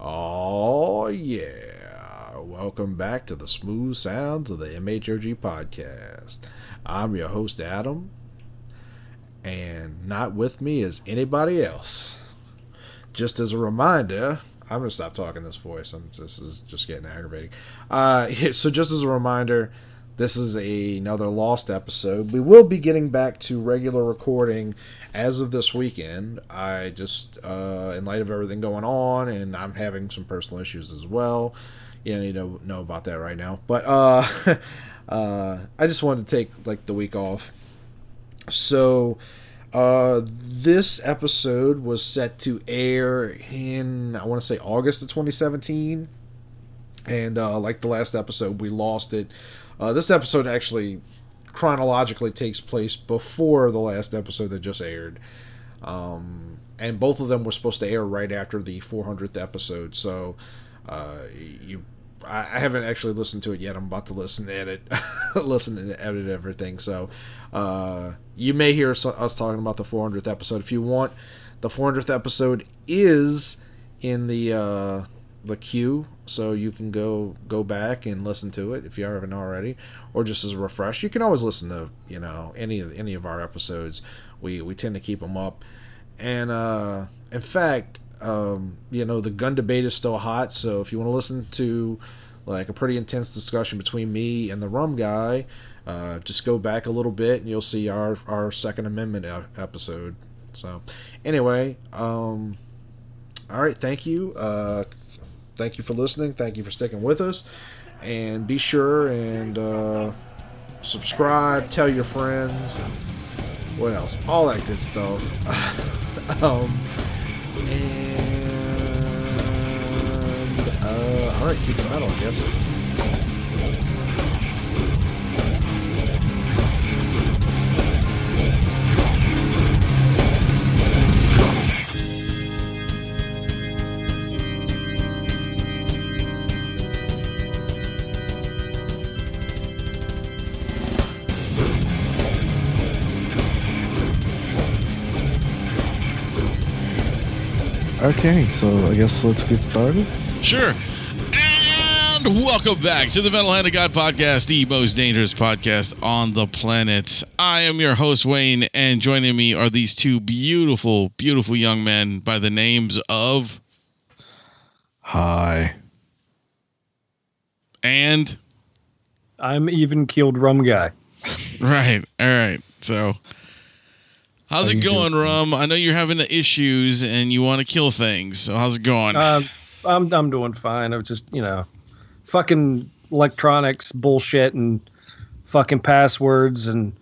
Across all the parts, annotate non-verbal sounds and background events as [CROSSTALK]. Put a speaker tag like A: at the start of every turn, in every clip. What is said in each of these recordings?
A: Oh, yeah. Welcome back to the smooth sounds of the MHOG podcast. I'm your host, Adam, and not with me is anybody else. Just as a reminder, I'm going to stop talking this voice. I'm, this is just getting aggravating. Uh, [LAUGHS] so, just as a reminder, this is a, another lost episode. We will be getting back to regular recording as of this weekend. I just, uh, in light of everything going on, and I'm having some personal issues as well. You need to know about that right now. But uh, [LAUGHS] uh, I just wanted to take like the week off. So uh, this episode was set to air in I want to say August of 2017, and uh, like the last episode, we lost it. Uh, this episode actually chronologically takes place before the last episode that just aired. Um, and both of them were supposed to air right after the 400th episode. So uh, you, I, I haven't actually listened to it yet. I'm about to listen to edit, [LAUGHS] listen and edit everything. So uh, you may hear us, us talking about the 400th episode if you want. The 400th episode is in the uh, the queue, so you can go go back and listen to it if you haven't already, or just as a refresh. You can always listen to you know any of any of our episodes. We we tend to keep them up, and uh, in fact, um, you know the gun debate is still hot. So if you want to listen to like a pretty intense discussion between me and the rum guy, uh, just go back a little bit and you'll see our our Second Amendment e- episode. So anyway, um, all right, thank you. Uh, thank you for listening. Thank you for sticking with us. And be sure and uh, subscribe, tell your friends, and what else? All that good stuff. [LAUGHS] um, and uh, all right, keep it metal, I guess.
B: Okay, so I guess let's get started.
C: Sure. And welcome back to the Metal Hand of God podcast, the most dangerous podcast on the planet. I am your host, Wayne, and joining me are these two beautiful, beautiful young men by the names of
B: Hi.
C: and.
D: I'm even keeled rum
C: [LAUGHS]
D: guy.
C: Right. All right. So, how's it
B: How you doing,
C: going, Rum? I know you're having the issues and you want to kill things. So, how's it going?
B: Uh,
D: Um, I'm I'm doing fine. I was just you know, fucking electronics bullshit and fucking passwords and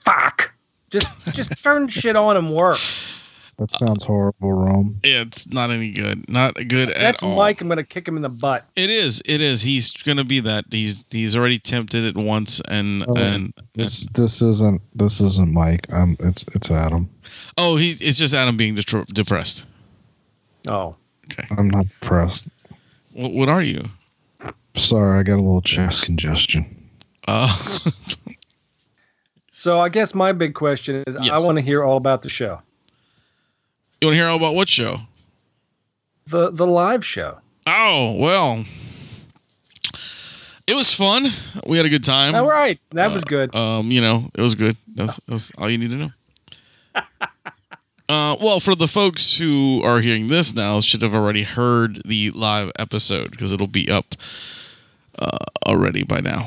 D: fuck. Just [LAUGHS] just turn shit on and work. Uh,
B: That sounds horrible, Rome.
C: it's not any good. Not good at
D: That's
C: all.
D: Mike. I'm gonna kick him in the butt.
C: It is. It is. He's gonna be that. He's he's already tempted it once, and
B: Oh,
C: and
B: This this isn't this isn't Mike. Um, it's it's Adam.
C: oh, he it's just Adam being detr depressed.
D: Oh,
B: I'm not depressed.
C: What, what are you?
B: Sorry, I got a little chest congestion.
C: Uh, [LAUGHS]
D: so I guess my big question is, I
C: Yes.
D: want to hear all about the show,
C: you want to hear all about what show?
D: the the live show.
C: Oh well, it was fun. We had a good time.
D: all right, that was
C: Uh,
D: good.
C: Um, you know, it was good. That's, that's all you need
D: [LAUGHS]
C: to know. Uh, well, for the folks who are hearing this now, should have already heard the live episode because it'll be up uh, already by now.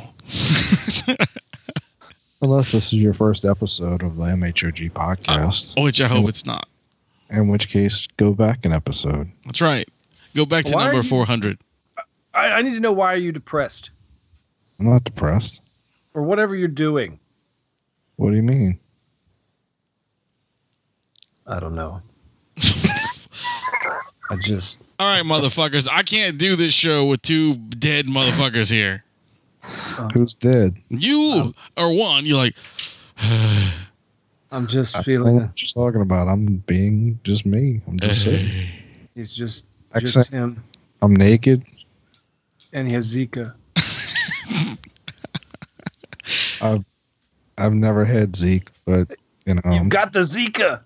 C: [LAUGHS]
B: Unless this is your first episode of the MHOG podcast,
C: Oh, Which I hope it's not.
B: in which case, go back an episode.
C: That's right. Go back to
D: Why are
C: number
D: you-
C: 400.
D: I, I need to know why are you depressed
B: I'm not depressed.
D: or whatever you're doing.
B: What do you mean?
D: I don't know. I just
C: All right, motherfuckers. I can't do this show with two dead motherfuckers here.
B: Who's dead?
C: You are one. You're like, [SIGHS]
D: I'm
C: Uh,
D: just
B: What
D: feeling
B: am I just talking about? I'm being just me.
C: [LAUGHS]
B: I'm just sick.
D: he's just
B: Accent.
D: just him
B: I'm naked.
D: and he has Zika.
B: I've never had Zeke, but you know,
C: Um,
D: You've
B: I'm
D: got the Zika.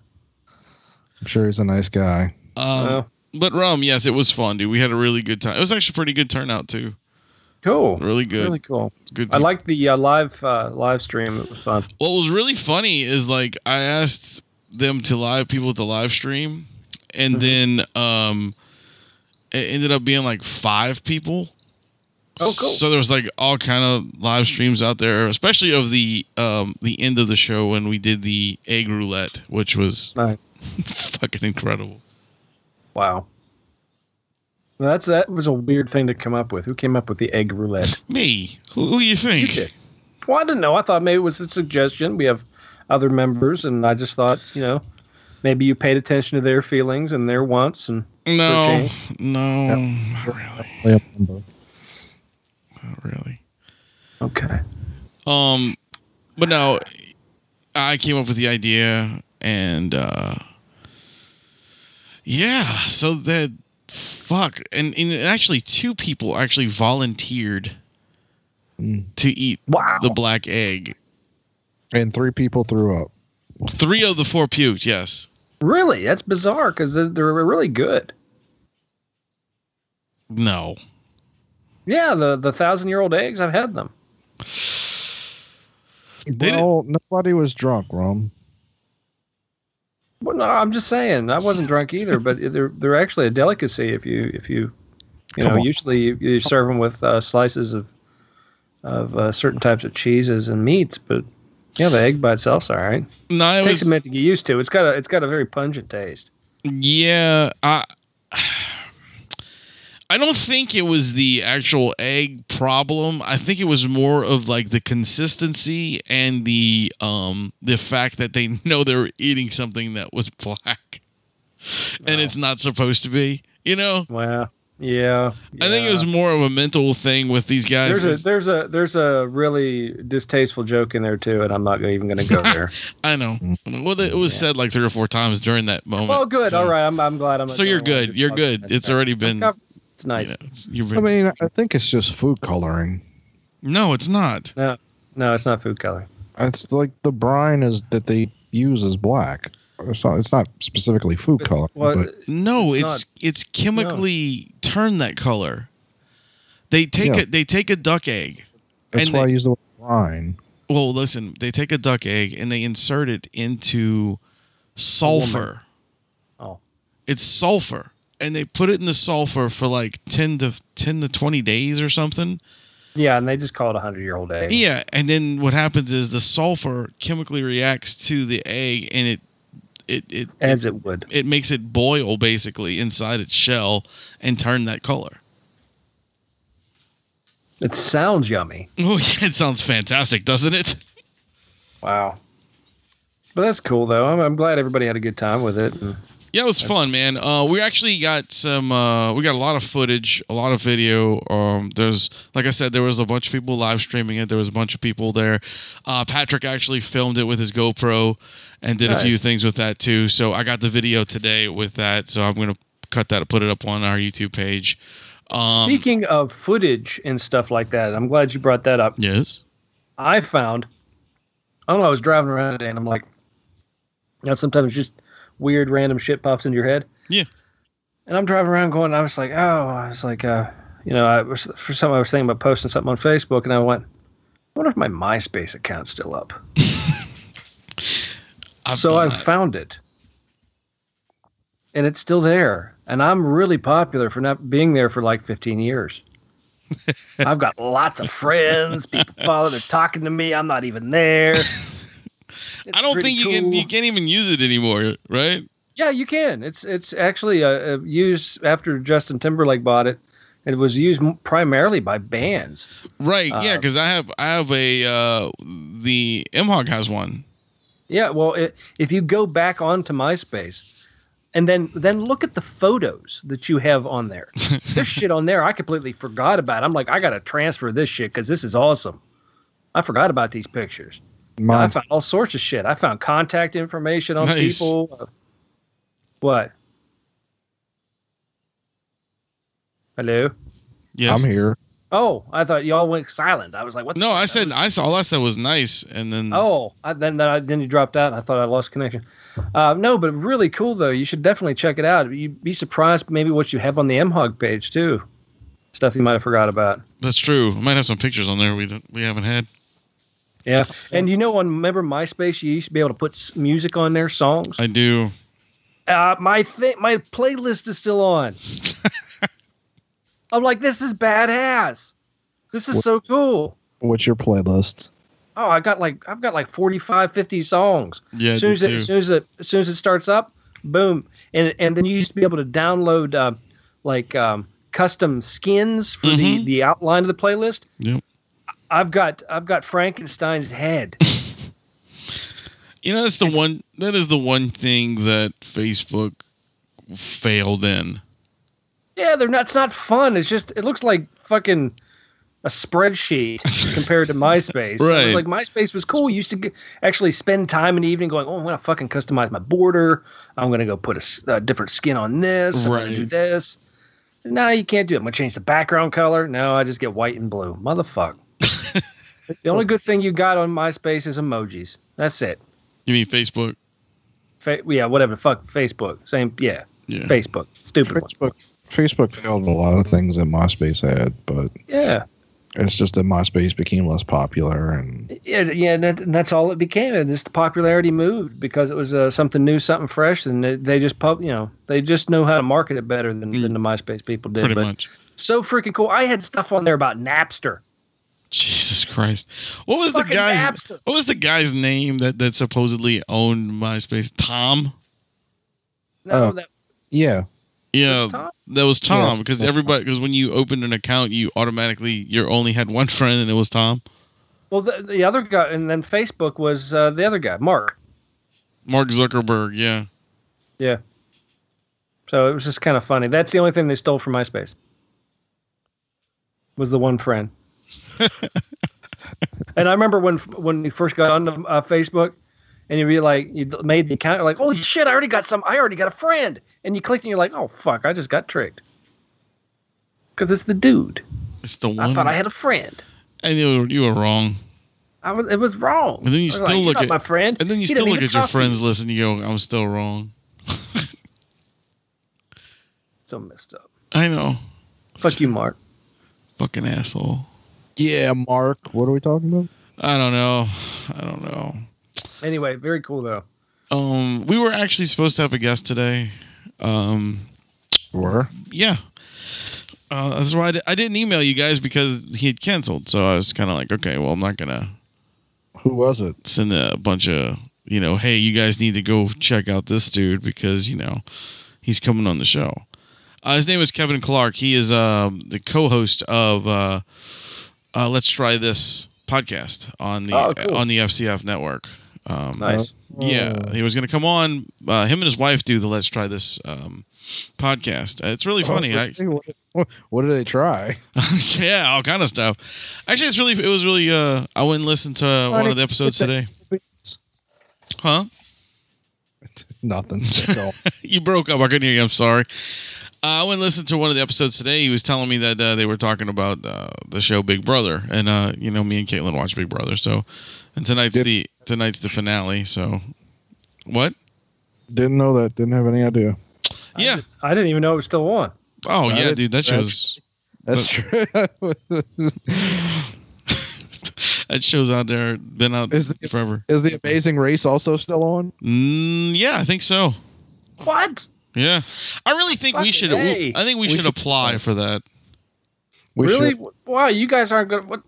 B: sure he's a nice guy.
C: um,
D: Well,
C: but rum, yes, it was fun, dude. We had a really good time. It was actually a pretty good turnout too.
D: Cool.
C: Really good.
D: Really cool.
C: good.
D: I like the uh, live uh, live stream. It was fun.
C: what was really funny is like I asked them to live people to live stream, and
D: Mm-hmm.
C: then um, it ended up being like five people.
D: Oh, cool.
C: So there was like all kind of live streams out there, especially of the um the end of the show when we did the egg roulette, which was
D: Nice.
C: [LAUGHS] fucking incredible.
D: Wow. Now, That's that was a weird thing to come up with. Who came up with the
C: [LAUGHS]
D: egg roulette?
C: Me, who, who you think?
D: Well, I didn't know. I thought maybe it was a suggestion. We have other members, and I just thought, you know, maybe you paid attention to their feelings and their wants, and
C: No, no, not really,
B: Play up number.
C: not really.
D: okay,
C: Um, but no, I came up with the idea, and uh, yeah, so that fuck, and, and actually, two people actually volunteered
B: Mm.
C: to eat
D: wow,
C: the black egg.
B: And three people threw up.
C: Three of the four puked. Yes,
D: really? That's bizarre because they're, they're really good.
C: no,
D: Yeah, the the thousand year old eggs. I've had them.
C: They
B: well, nobody was drunk, Rum.
D: Well, no, I'm just saying I
C: [LAUGHS]
D: wasn't drunk either, but they're they're actually a delicacy if you if you you
B: Come
D: know
B: on.
D: usually you, you serve them with uh, slices of of uh, certain types of cheeses and meats, but yeah, the egg by itself's all right.
C: no, it
D: It takes
C: was
D: a minute to get used to. It's got a it's got a very pungent taste.
C: Yeah, I I don't think it was the actual egg problem. I think it was more of like the consistency and the um the fact that they [LAUGHS] know they were eating something that was black and
D: Oh.
C: it's not supposed to be. You know,
D: Wow. Yeah,
C: I think it
D: yeah.
C: was more of a mental thing with these guys.
D: There's
C: 'cause-
D: a there's a there's a really distasteful joke in there too, and I'm not even going to go
C: [LAUGHS]
D: there.
C: I know. I know. Well, it was said like three or four times during that moment.
D: Mm-hmm. well, good.
C: so-
D: All right, I'm I'm glad I'm. not
C: So
D: the
C: you're
D: only one
C: good.
D: who
C: You're
D: talks about
C: good.
D: that.
C: It's already been. you know,
D: It's nice.
C: it's- you've
B: I
C: been-
B: mean, I think it's just food coloring.
C: no, it's not.
D: No, it's not food coloring.
B: It's like the brine is that they use is black. It's not. It's not specifically food color.
D: Well,
B: but
C: No,
D: It's
C: it's it's chemically turned that color. They take
B: Yeah.
C: a they take a duck egg.
B: that's
C: and
B: why
C: they-
B: I use the word brine.
C: Well, listen, they take a duck egg and they insert it into sulfur.
D: Oh.
C: It's sulfur. And they put it in the sulfur for like 10 to 10 to 20 days or something.
D: Yeah, and they just call it a hundred year old egg.
C: Yeah, and then what happens is the sulfur chemically reacts to the egg and it it it
D: As it would.
C: it makes it boil basically inside its shell and turn that color. [LAUGHS]
D: It sounds yummy.
C: Oh, yeah, it sounds fantastic, doesn't it?
D: Wow. But that's cool though. I'm, I'm glad everybody had a good time with it. And
C: Yeah, it was fun, man. Uh, we actually got some. Uh, we got a lot of footage, a lot of video. Um, there's, like I said, there was a bunch of people live streaming it. There was a bunch of people there. Uh, Patrick actually filmed it with his GoPro and did a few
D: Nice.
C: things with that too. So I got the video today with that. So I'm gonna cut that, put it up on our YouTube page. Um,
D: speaking of footage and stuff like that, I'm glad you brought that up.
C: Yes.
D: I found, I don't know, I was driving around today and I'm like, you know, sometimes just weird random shit pops into your head.
C: Yeah.
D: And I'm driving around going, I was like, oh, I was like, uh, you know, I was, for some, I was thinking about posting something on Facebook and I went, I wonder if my MySpace account's still up.
C: I've
D: so
C: done
D: I
C: that.
D: found it, and it's still there. And I'm really popular for not being there for like
C: [LAUGHS]
D: 15 years. I've got lots of friends. People follow. They're talking to me. I'm not
C: [LAUGHS]
D: even there.
C: I don't think you can. You can't even use it anymore, right?
D: Yeah, you can. It's it's actually uh, uh, used after Justin Timberlake bought it. It was used m- primarily by bands.
C: Right. yeah,
D: Um,
C: because I have. I have a. Uh, the M Hog has one.
D: Yeah, well, i if you go back onto MySpace, and then then look at the photos that you have on there.
C: [LAUGHS]
D: There's shit on there I completely forgot about. I'm like, I gotta transfer this shit because this is awesome. I forgot about these pictures. I
B: Mine's
D: found all sorts of shit. I found contact information on
C: Nice.
D: people. Uh, What? Hello.
C: Yes.
B: I'm here.
D: Oh, I thought y'all went silent. I was like, what? the
C: No,
D: fuck?
C: I said I saw. All I said was nice, and then
D: Oh, I, then then, I, then you dropped out. And I thought I lost connection. Uh, no, but really cool though. You should definitely check it out. You'd be surprised maybe what you have on the MHOG page too. Stuff you might have forgot about.
C: that's true. I might have some pictures on there we don't, we haven't had.
D: Yeah, and you know, on remember MySpace, you used to be able to put s- music on there, songs.
C: I do.
D: Uh, my thi- my playlist is still on. I'm like, this is badass. This is so cool.
B: What's your playlist?
D: Oh, I got like I've got like 45, 50 songs.
C: Yeah, I
D: as soon
C: do
D: as, it,
C: too.
D: as soon as it as soon as it starts up, boom, and and then you used to be able to download uh, like um, custom skins for the
C: Mhm.
D: the outline of the playlist.
C: Yep.
D: I've got I've got Frankenstein's head.
C: You know, that's the one. That is the one thing that Facebook failed in.
D: yeah, they're not. It's not fun. It's just it looks like fucking a spreadsheet
C: [LAUGHS]
D: compared to MySpace. It was
C: Right.
D: like MySpace was cool. You used to g- actually spend time in the evening going, "Oh, I'm gonna fucking customize my border. I'm gonna go put a s- a, different skin on this. I'm gonna do
C: Right.
D: this." No, you can't do it. I'm gonna change the background color. No, I just get white and blue.
C: [LAUGHS]
D: Motherfuck. the only good thing you got on MySpace is emojis. That's it.
C: You mean Facebook?
D: Fa- yeah, whatever. the Fuck Facebook. Same. Yeah,
C: Yeah.
D: Facebook. Stupid one.
B: Facebook Facebook failed with a lot of things that MySpace had, but
D: Yeah.
B: it's just that MySpace became less popular and
D: Yeah, yeah, and, that, and that's all it became. And just the popularity moved because it was uh, something new, something fresh, and they, they just pub, you know, they just know how to market it better than, than the MySpace people did.
C: Mm-hmm. Pretty
D: but
C: much.
D: so freaking cool. I had stuff on there about Napster.
C: Jesus Christ! What was the
D: Fucking
C: guy's?
D: Napster.
C: What was the guy's name that that supposedly owned MySpace? Tom.
D: No,
B: Oh,
D: that
B: yeah.
C: Yeah,
D: was Tom.
C: that was Tom
B: Yeah.
C: because everybody because when you opened an account, you automatically you only had one friend and it was Tom.
D: Well, the, the other guy, and then Facebook was uh, the other guy, Mark.
C: Mark Zuckerberg. Yeah,
D: So it was just kind of funny. That's the only thing they stole from MySpace. Was the one friend.
C: [LAUGHS]
D: and I remember when when you first got on uh, Facebook, and you were like, you made the account, you're like, holy shit, I already got some, I already got a friend, and you clicked, and you're like, oh fuck, I just got tricked. Because it's the dude.
C: it's the one.
D: I thought I had a friend.
C: and you were, you were wrong.
D: I was, it was wrong.
C: And then you
D: I was
C: still
D: like, "You're
C: look
D: not
C: at-
D: my friend,
C: And then you
D: He
C: still
D: didn't
C: look
D: even
C: at your
D: talk to
C: friends
D: you.
C: list and you go, "I'm still wrong."
D: So messed up.
C: I know,
D: Fuck you, Mark.
C: fucking asshole.
B: Yeah, Mark. What are we talking about?
C: I don't know. I don't know.
D: Anyway, very cool though.
C: Um, we were actually supposed to have a guest today. Um,
B: Were.
C: yeah. Uh, that's why I, di- I didn't email you guys because he had canceled. So I was kind of like, okay, well, I'm not gonna
B: Who was it?
C: send a bunch of you know, hey, you guys need to go check out this dude because you know he's coming on the show. Uh, his name is Kevin Clark. He is um, the co-host of uh, uh, Let's Try This podcast on the
D: Oh, cool.
C: on the FCF network. Um,
D: Nice.
C: yeah, he was going to come on. Uh, him and his wife do the Let's Try This um, podcast. Uh, it's
D: Oh,
C: really funny. I,
B: What, oh, [LAUGHS] what did they try?
C: [LAUGHS] yeah, all kind of stuff. Actually, it's really it was really. Uh, I went and listened to uh, one of the episodes today. Huh?
B: [LAUGHS] Nothing. Go.
C: You broke up. I couldn't hear you. I'm sorry. Uh, I went and listened to one of the episodes today. He was telling me that uh, they were talking about uh, the show Big Brother, and uh, you know, me and Caitlin watch Big Brother. So, and tonight's
B: Did-
C: the tonight's the finale. So, what?
B: didn't know that. Didn't have any idea.
C: yeah.
D: I didn't even know it was still on.
C: oh
B: I
C: yeah,
B: did-
C: dude. That
B: that's-
C: show's [LAUGHS]
B: That's true. [LAUGHS]
C: that show's out there. Been out
B: Is-
C: forever.
B: Is the Amazing Race also still on?
C: Mm, yeah, I think so.
D: What?
C: Yeah, I really think we
D: Fucking
C: should.
D: A.
C: I think we,
B: We
C: should,
B: should-
C: apply for that.
B: We
D: really?
B: should-
D: Wow, you guys aren't gonna what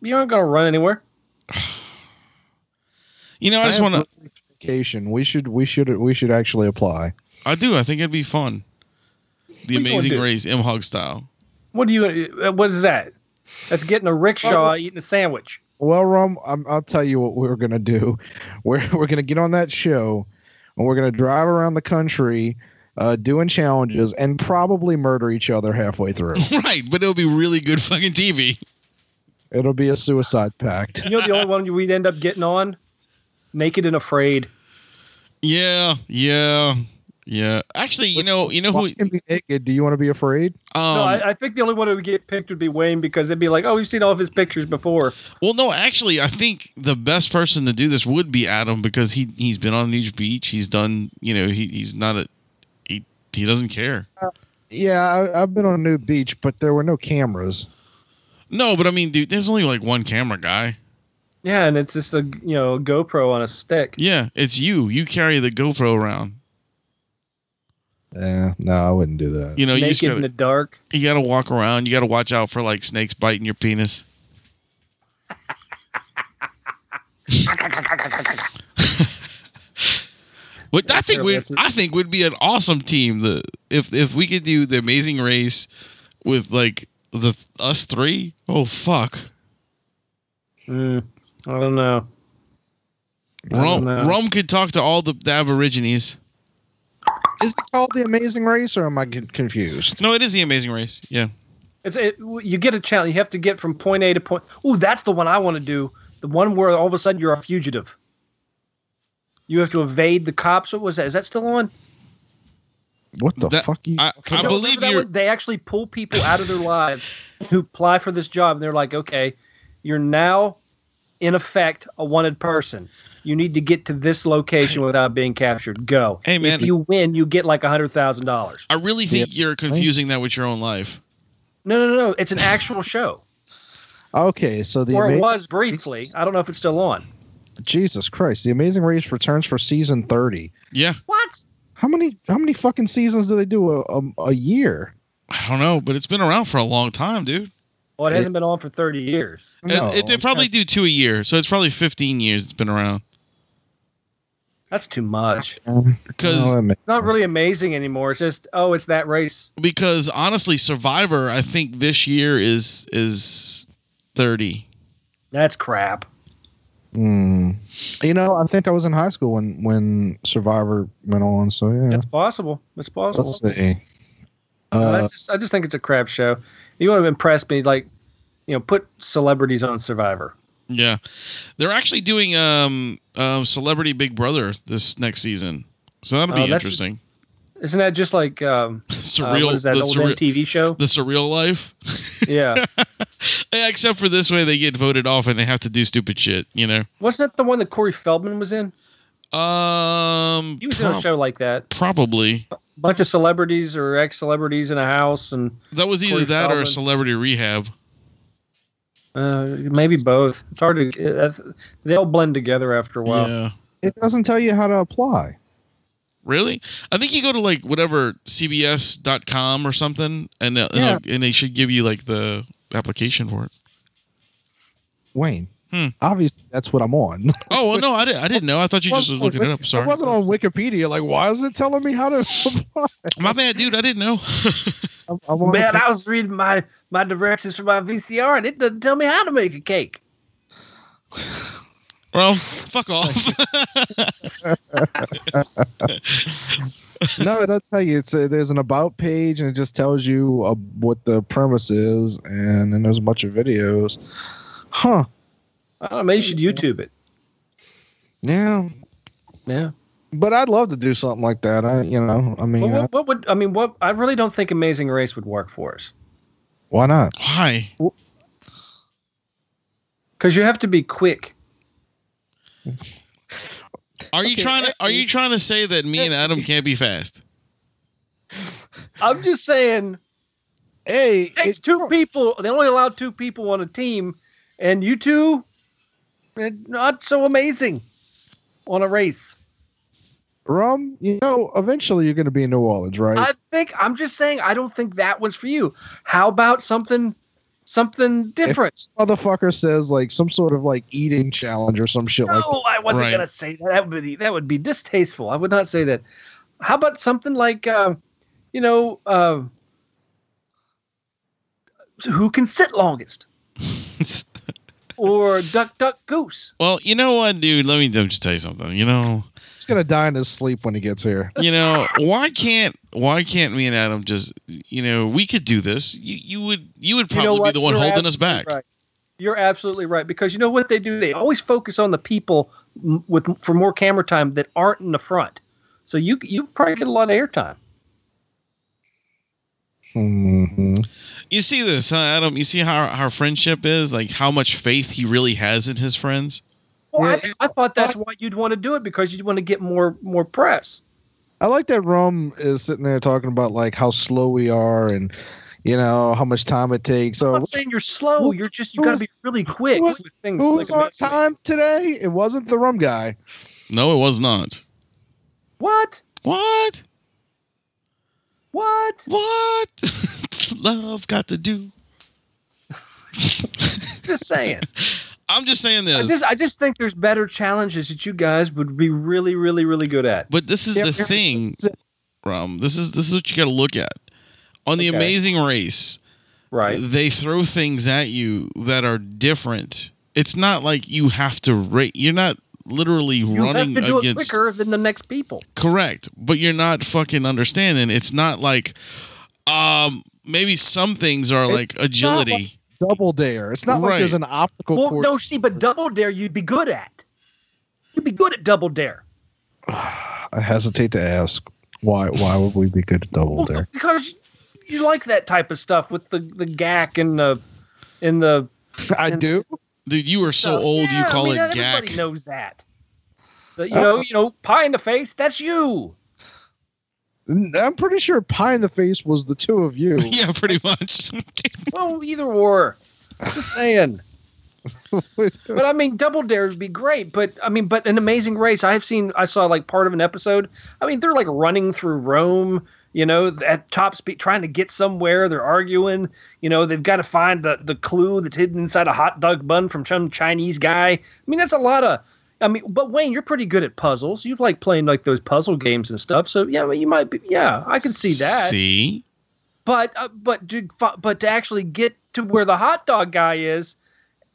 D: you aren't gonna run anywhere.
C: You know, I just
B: have
C: want to.
B: early vacation. We should. We should. We should actually apply.
C: I do. I think it'd be fun. The
D: What you gonna
C: Amazing
D: do?
C: Race, M Hog style.
D: What do you uh, what is that? That's getting a rickshaw eating a sandwich.
B: Well, Rom, I'm, I'll tell you what we're gonna do. [LAUGHS] We're we're gonna get on that show, and we're gonna drive around the country, uh, doing challenges, and probably murder each other halfway
C: [LAUGHS]
B: through.
C: right, but it'll be really good fucking TV.
B: It'll be a suicide pact.
D: You know the only one you- we'd end up getting on? Naked and afraid.
C: Yeah, yeah, Yeah. Actually, you know, you know who?
B: Walk and be naked. Do you want to be afraid?
D: no,
C: Um,
D: I, I think the only one who would get picked would be Wayne because they'd be like, "Oh, we've seen all of his pictures before."
C: well, no, actually, I think the best person to do this would be Adam because he he's been on Nuge Beach. He's done. You know, he he's not a he he doesn't care.
B: Yeah, I, I've been on New Beach, but there were no cameras.
C: No, but I mean, dude, there's only like one camera guy.
D: Yeah, and it's just a you know a GoPro on a stick.
C: Yeah, it's you. You carry the GoPro around.
B: Yeah, Eh, no, I wouldn't do that.
C: You know, you
D: naked
C: just gotta,
D: in the dark.
C: you got to walk around. You got to watch out for like snakes biting your penis. [LAUGHS] but I think we I think would be an awesome team. The if if we could do the Amazing Race with like the us three. Oh fuck,
D: Mm, I don't know. I
C: Rome,
D: don't know.
C: Rome could talk to all the, the Aborigines.
B: Is it called the Amazing Race, or am I get confused?
C: No, it is the Amazing Race. Yeah,
D: It's it, you get a challenge. You have to get from point A to point. Oh, that's the one I want to do. The one where all of a sudden you're a fugitive. You have to evade the cops. What was that? Is that still on?
B: What the
C: That-
B: fuck? You,
C: I, I
D: No,
C: believe
D: remember that
C: you're.
D: one? They actually pull people out of their lives who apply for this job, and they're like, "Okay, you're now, in effect, a wanted person. You need to get to this location without being captured. Go.
C: Hey, man.
D: if you win, you get like a hundred thousand dollars.
C: I really think you're confusing that with your own life.
D: No, no, no. It's an actual show,
B: okay, so [LAUGHS] the
D: or it
B: Amazing
D: was briefly. I don't know if it's still on.
B: Jesus Christ, the Amazing Race returns for season thirty.
C: Yeah,
D: What?
B: How many how many fucking seasons do they do a, a, a year?
C: I don't know, but it's been around for a long time, dude.
D: Well, it hasn't
B: It's-
D: been on for thirty years.
B: No,
C: it, it, they probably do two a year, so it's probably 15 years it's been around.
D: That's too much.
C: Because
B: No, I mean-
D: It's not really amazing anymore. It's just, oh, it's that race.
C: because honestly, Survivor, I think this year is is 30.
D: That's crap.
B: Hmm. You know, I think I was in high school when when Survivor went on. So yeah,
D: That's possible. That's possible.
B: let's see.
D: No,
B: Uh,
D: that's just, I just think it's a crap show. You want to impress me, like, you know, put celebrities on Survivor.
C: Yeah, they're actually doing um, um Celebrity Big Brother this next season, so that'll be
D: Oh, that's-
C: interesting.
D: Isn't that just like [LAUGHS] um,
C: [LAUGHS]
D: uh,
C: surreal,
D: what is that
C: the,
D: old
C: surre-
D: MTV show? [LAUGHS]
C: the surreal life. [LAUGHS]
D: yeah,
C: Yeah, Except for this way, they get voted off and they have to do stupid shit. You know.
D: wasn't that the one that Corey Feldman was in?
C: Um,
D: He was in a
C: prob-
D: show like that.
C: probably.
D: Bunch of celebrities or ex celebrities in a house, and
C: That was either
D: Corey
C: that or
D: Feldman.
C: Celebrity Rehab.
D: uh, maybe both. It's hard to. Uh, they'll blend together after a while.
C: Yeah.
B: it doesn't tell you how to apply.
C: Really? I think you go to like whatever cbs.com or something and they'll- and,
D: Yeah.
C: they'll- and they should give you like the application for it.
B: Wayne,
C: Hmm.
B: obviously that's what I'm on.
C: Oh, well no, I didn't I didn't know. I thought you just was looking it up.
B: I
C: Sorry.
B: wasn't on Wikipedia. Like, why is it telling me how to [LAUGHS] apply?
C: My bad, dude. I didn't know.
B: I'm, I'm on
D: Man, I was reading my my directions for my VCR, and it doesn't tell me how to make a cake.
C: well, fuck off.
B: no, it does tell you. It's a, there's an about page, and it just tells you uh, what the premise is, and then there's a bunch of videos. Huh?
D: I don't know. Maybe you should YouTube it.
B: Yeah.
D: Yeah.
B: But I'd love to do something like that. I, you know, I mean,
D: Well,
B: I-
D: what, what would I mean? What I really don't think Amazing Race would work for us
B: why not?
C: [LAUGHS] Why?
D: because you have to be quick.
C: Are you
B: Okay,
C: trying to are you trying to say that me and Adam can't be fast? [LAUGHS]
D: I'm just saying,
B: Hey,
D: it's two people. They only allow two people on a team, and you two, eh, not so amazing on a race.
B: Rum, you know, eventually you're going to be in New Orleans, right?
D: I think I'm just saying I don't think that one's for you. How about something, something different?
B: Motherfucker says like some sort of like eating challenge or some shit like that.
D: No, I wasn't
C: Right.
D: gonna say that. That would be that would be distasteful. I would not say that. How about something like, uh, you know, uh, who can sit longest, or duck, duck, goose?
C: well, you know what, dude? Let me just tell you something. You know,
B: He's going to die in his sleep when he gets here.
C: you know why can't why can't me and Adam just you know we could do this you you would you would
D: You
C: probably
D: know
C: be
D: what?
C: the one
D: You're
C: holding us
D: absolutely
C: back
D: right. You're absolutely right because you know what they do? They always focus on the people m- with for more camera time that aren't in the front. So you you probably get a lot of airtime.
B: hmm
C: You see this, huh, Adam? You see how our friendship is? Like how much faith he really has in his friends?
D: Well,
B: Yeah.
D: I, I thought that's why you'd want to do it because you'd want to get more more press.
B: I like that Rome is sitting there talking about like how slow we are and you know how much time it takes.
D: I'm
B: So
D: not saying you're slow. You're just you got to
B: who's-
D: be really quick
B: who's-
D: with things.
B: who was
D: like
B: on time today? It wasn't the Rum guy.
C: No, it was not.
D: What?
C: What?
D: What?
B: [LAUGHS]
C: What? [LAUGHS] Love got to do.
D: Just saying.
C: I'm just saying
D: I
C: this.
D: just I just think there's better challenges that you guys would be really really really good at.
C: But this is
B: Yeah,
C: the
B: but-
C: thing, Rum. This is this is what you got to look at. On the
D: Okay.
C: Amazing Race,
D: Right.
C: they throw things at you that are different. It's not like you have to rate. You're not literally
D: You have
C: running
D: to do it
C: against.
D: quicker than the next people.
C: Correct, but you're not fucking understanding. It's not like, um, maybe some things are
B: It's
C: like
B: not
C: agility.
B: like- Double dare. It's not like there's
C: Right.
B: an optical
D: Well,
B: course.
D: no, see, but double dare you'd be good at. You'd be good at double dare.
B: [SIGHS] I hesitate to ask why. Why would we be good at double
D: Well,
B: dare?
D: because you like that type of stuff with the the gack and the and the
B: [LAUGHS] I do.
C: Dude, you are so
D: stuff.
C: old.
D: Yeah,
C: you call
D: I mean,
C: it
D: Everybody
C: gack.
D: knows that. But, you
B: Uh,
D: know, you know, pie in the face. That's you.
B: I'm pretty sure pie in the face was the two of [LAUGHS] you.
C: [LAUGHS] yeah, pretty much. [LAUGHS]
D: Well, either or. Just saying. But I mean, Double Dare would be great. But I mean, but an amazing race. I've seen. I saw like part of an episode. I mean, they're like running through Rome. You know, at top speed, trying to get somewhere. They're arguing. You know, they've got to find the the clue that's hidden inside a hot dog bun from some Chinese guy. I mean, that's a lot of. I mean, but Wayne, you're pretty good at puzzles. You like playing like those puzzle games and stuff. So yeah, I mean, you might be. Yeah, I can see that
C: See,
D: but uh, but to fi- but to actually get to where the hot dog guy is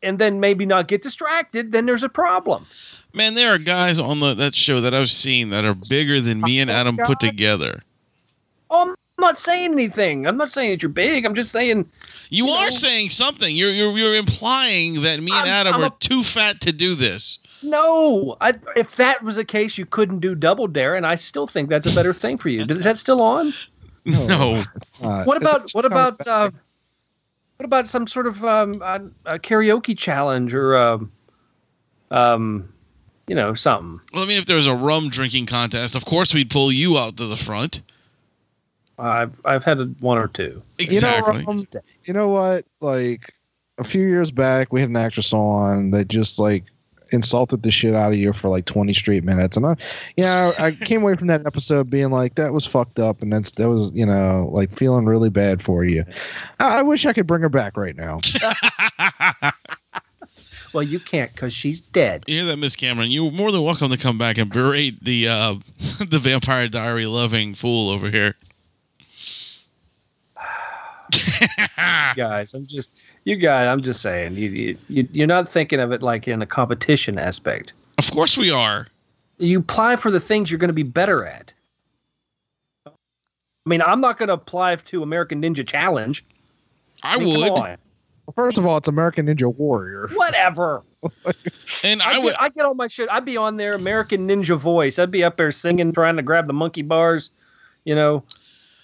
D: and then maybe not get distracted then there's a problem
C: man, there are guys on the, that show that I've seen that are bigger than me and Adam put together.
D: oh, i'm not saying anything i'm not saying that you're big i'm just saying
C: You,
D: You
C: are
D: know?
C: saying something. You're you're, you're implying that me and
D: I'm-
C: Adam
D: I'm
C: are
D: a-
C: too fat to do
D: [LAUGHS]
C: this.
D: no I, if that was the case you couldn't do double dare and i still think that's a better thing for you is that still on
C: No,
B: No. Uh,
D: what
B: it's
D: about what
B: actually
D: about uh, what about some sort of um, uh, a karaoke challenge or um, um you know something
C: Well, I mean, if there was a rum drinking contest, of course we'd pull you out to the front.
D: i've i've had one or two
C: Exactly.
B: You know, um, you know what? Like a few years back, we had an actress on that just like insulted the shit out of you for like 20 straight minutes, and I, yeah, I came away from that episode being like, that was fucked up, and that's that was you know like feeling really bad for you. I, I wish I could bring her back right now.
D: well you can't because she's dead
C: You hear that, Miss Cameron? You're more than welcome to come back and berate the uh, [LAUGHS] the Vampire Diary loving fool over here. [SIGHS]
D: guys. I'm just you guys. I'm just saying you, you- you you're not thinking of it like in a competition aspect.
C: of course we are.
D: You apply for the things you're going to be better at. I mean, I'm not going to apply to American Ninja Challenge.
C: I
D: mean, come
C: would,
D: on.
B: First of all, it's American Ninja Warrior.
D: Whatever.
C: and
D: I,
C: I would.
D: get, I get all my shit. I'd be on there, American Ninja voice. I'd be up there singing, trying to grab the monkey bars. You know,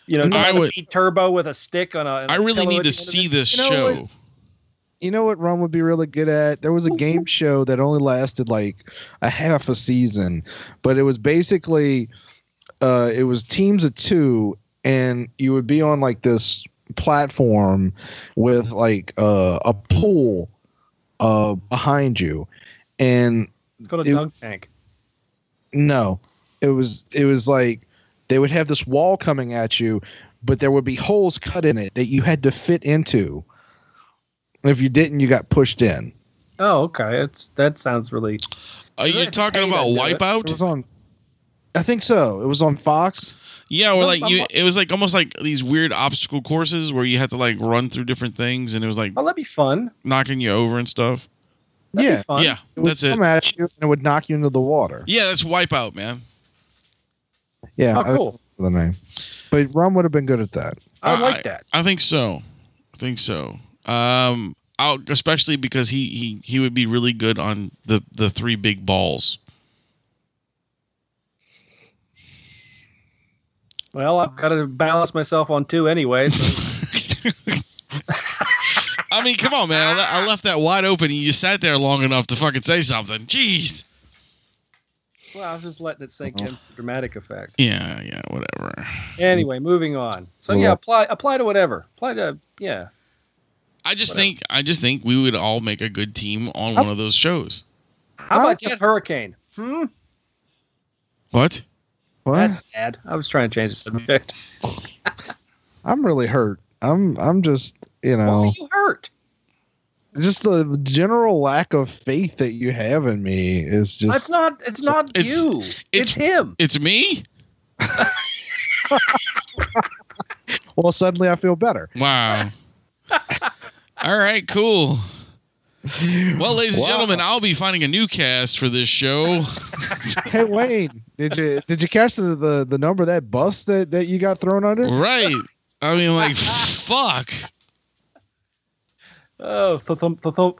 D: you know,
C: I
D: trying
C: would-
D: to beat Turbo with a stick on a. on a
C: I really
D: pillow
C: need
D: at the
C: to
D: end of
C: see
D: it.
C: this
B: You know
C: show.
B: what? You know what Ron would be really good at? There was a game show that only lasted like a half a season, but it was basically uh, it was teams of two, and you would be on like this platform with like uh, a pool uh, behind you, and
D: It's called
B: It-
D: a dunk tank.
B: no, it was it was like they would have this wall coming at you, but there would be holes cut in it that you had to fit into. If you didn't, you got pushed in.
D: Oh, okay. It's that sounds really.
C: Are you
D: Good.
C: talking
D: Hey,
C: about
D: I knew it.
B: It was
C: Wipeout?
B: on. I think so. It was on Fox.
C: Yeah, or
D: No,
C: like
D: I'm
C: you.
D: not-
C: It was like almost like these weird obstacle courses where you had to like run through different things, and it was like
D: Oh, that'd be fun.
C: knocking you over and stuff.
D: That'd be
B: yeah,
D: fun.
C: Yeah,
B: it would
C: that's it.
B: come at you and it would knock you into the water.
C: Yeah, that's Wipeout, man.
B: Yeah,
D: Oh,
B: I don't
D: cool.
B: know the name. But Ron would have been good at that.
D: I,
C: I-
D: like that.
C: I think so. I think so. Um, out especially because he he he would be really good on the the three big balls.
D: Well, I've got to balance myself on two
C: [LAUGHS]
D: anyway. So
C: [LAUGHS] I mean, come on, man. I, le- I left that wide open. and You sat there long enough to fucking say something. Jeez.
D: well, I was just letting it sink
B: Uh-huh.
D: in for dramatic effect.
C: Yeah, yeah, whatever.
D: Anyway, moving on. So yeah,
B: Yeah.
D: apply apply to whatever. Apply to yeah.
C: I just
D: Whatever.
C: think I just think we would all make a good team on one of those shows.
D: How about Jet Hurricane? Hmm.
C: What?
B: What?
D: That's sad. I was trying to change the subject.
B: I'm really hurt. I'm I'm just you
D: Why are
B: know
D: you hurt?
B: just the the general lack of faith that you have in me
D: That's
B: is just
D: not. It's not
C: It's-
D: you.
C: it's-
D: it's him.
C: It's me?
B: well suddenly I feel better.
C: Wow. all right, cool. Well, ladies and
B: Wow.
C: gentlemen, I'll be finding a new cast for this show.
B: [LAUGHS] hey Wayne, did you did you catch the, the the number of that bus that that you got thrown under?
C: right. I mean, like, fuck.
D: Oh, thump, thump, thump.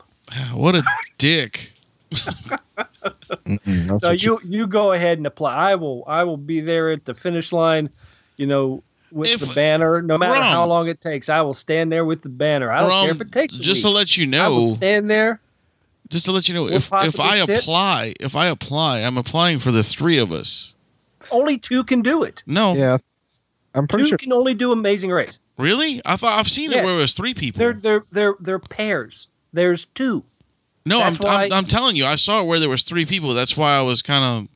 C: What a dick.
B: Mm-mm, that's
D: So
B: what
D: you you go ahead and apply. I will I will be there at the finish line, you know, with
C: If-
D: the banner. No matter
C: Rum.
D: how long it takes, I will stand there with the banner. I don't
C: Rum,
D: care if it takes. a
C: Just to
D: week.
C: let you
D: I will
C: know,
D: stand there.
C: just to let you know,
D: We'll
C: if if
D: possibly
C: I
D: sit.
C: apply, if I apply, I'm applying for the three of us.
D: Only two can do it.
C: No,
B: yeah. I'm pretty
D: Two
B: sure
D: can only do Amazing Race.
C: really? I thought I've seen it
D: Yeah.
C: where it was three people.
D: They're they're they're they're pairs. There's two.
C: no, I'm,
D: that's why-
C: I'm I'm telling you, I saw it where there was three people. That's why I was kind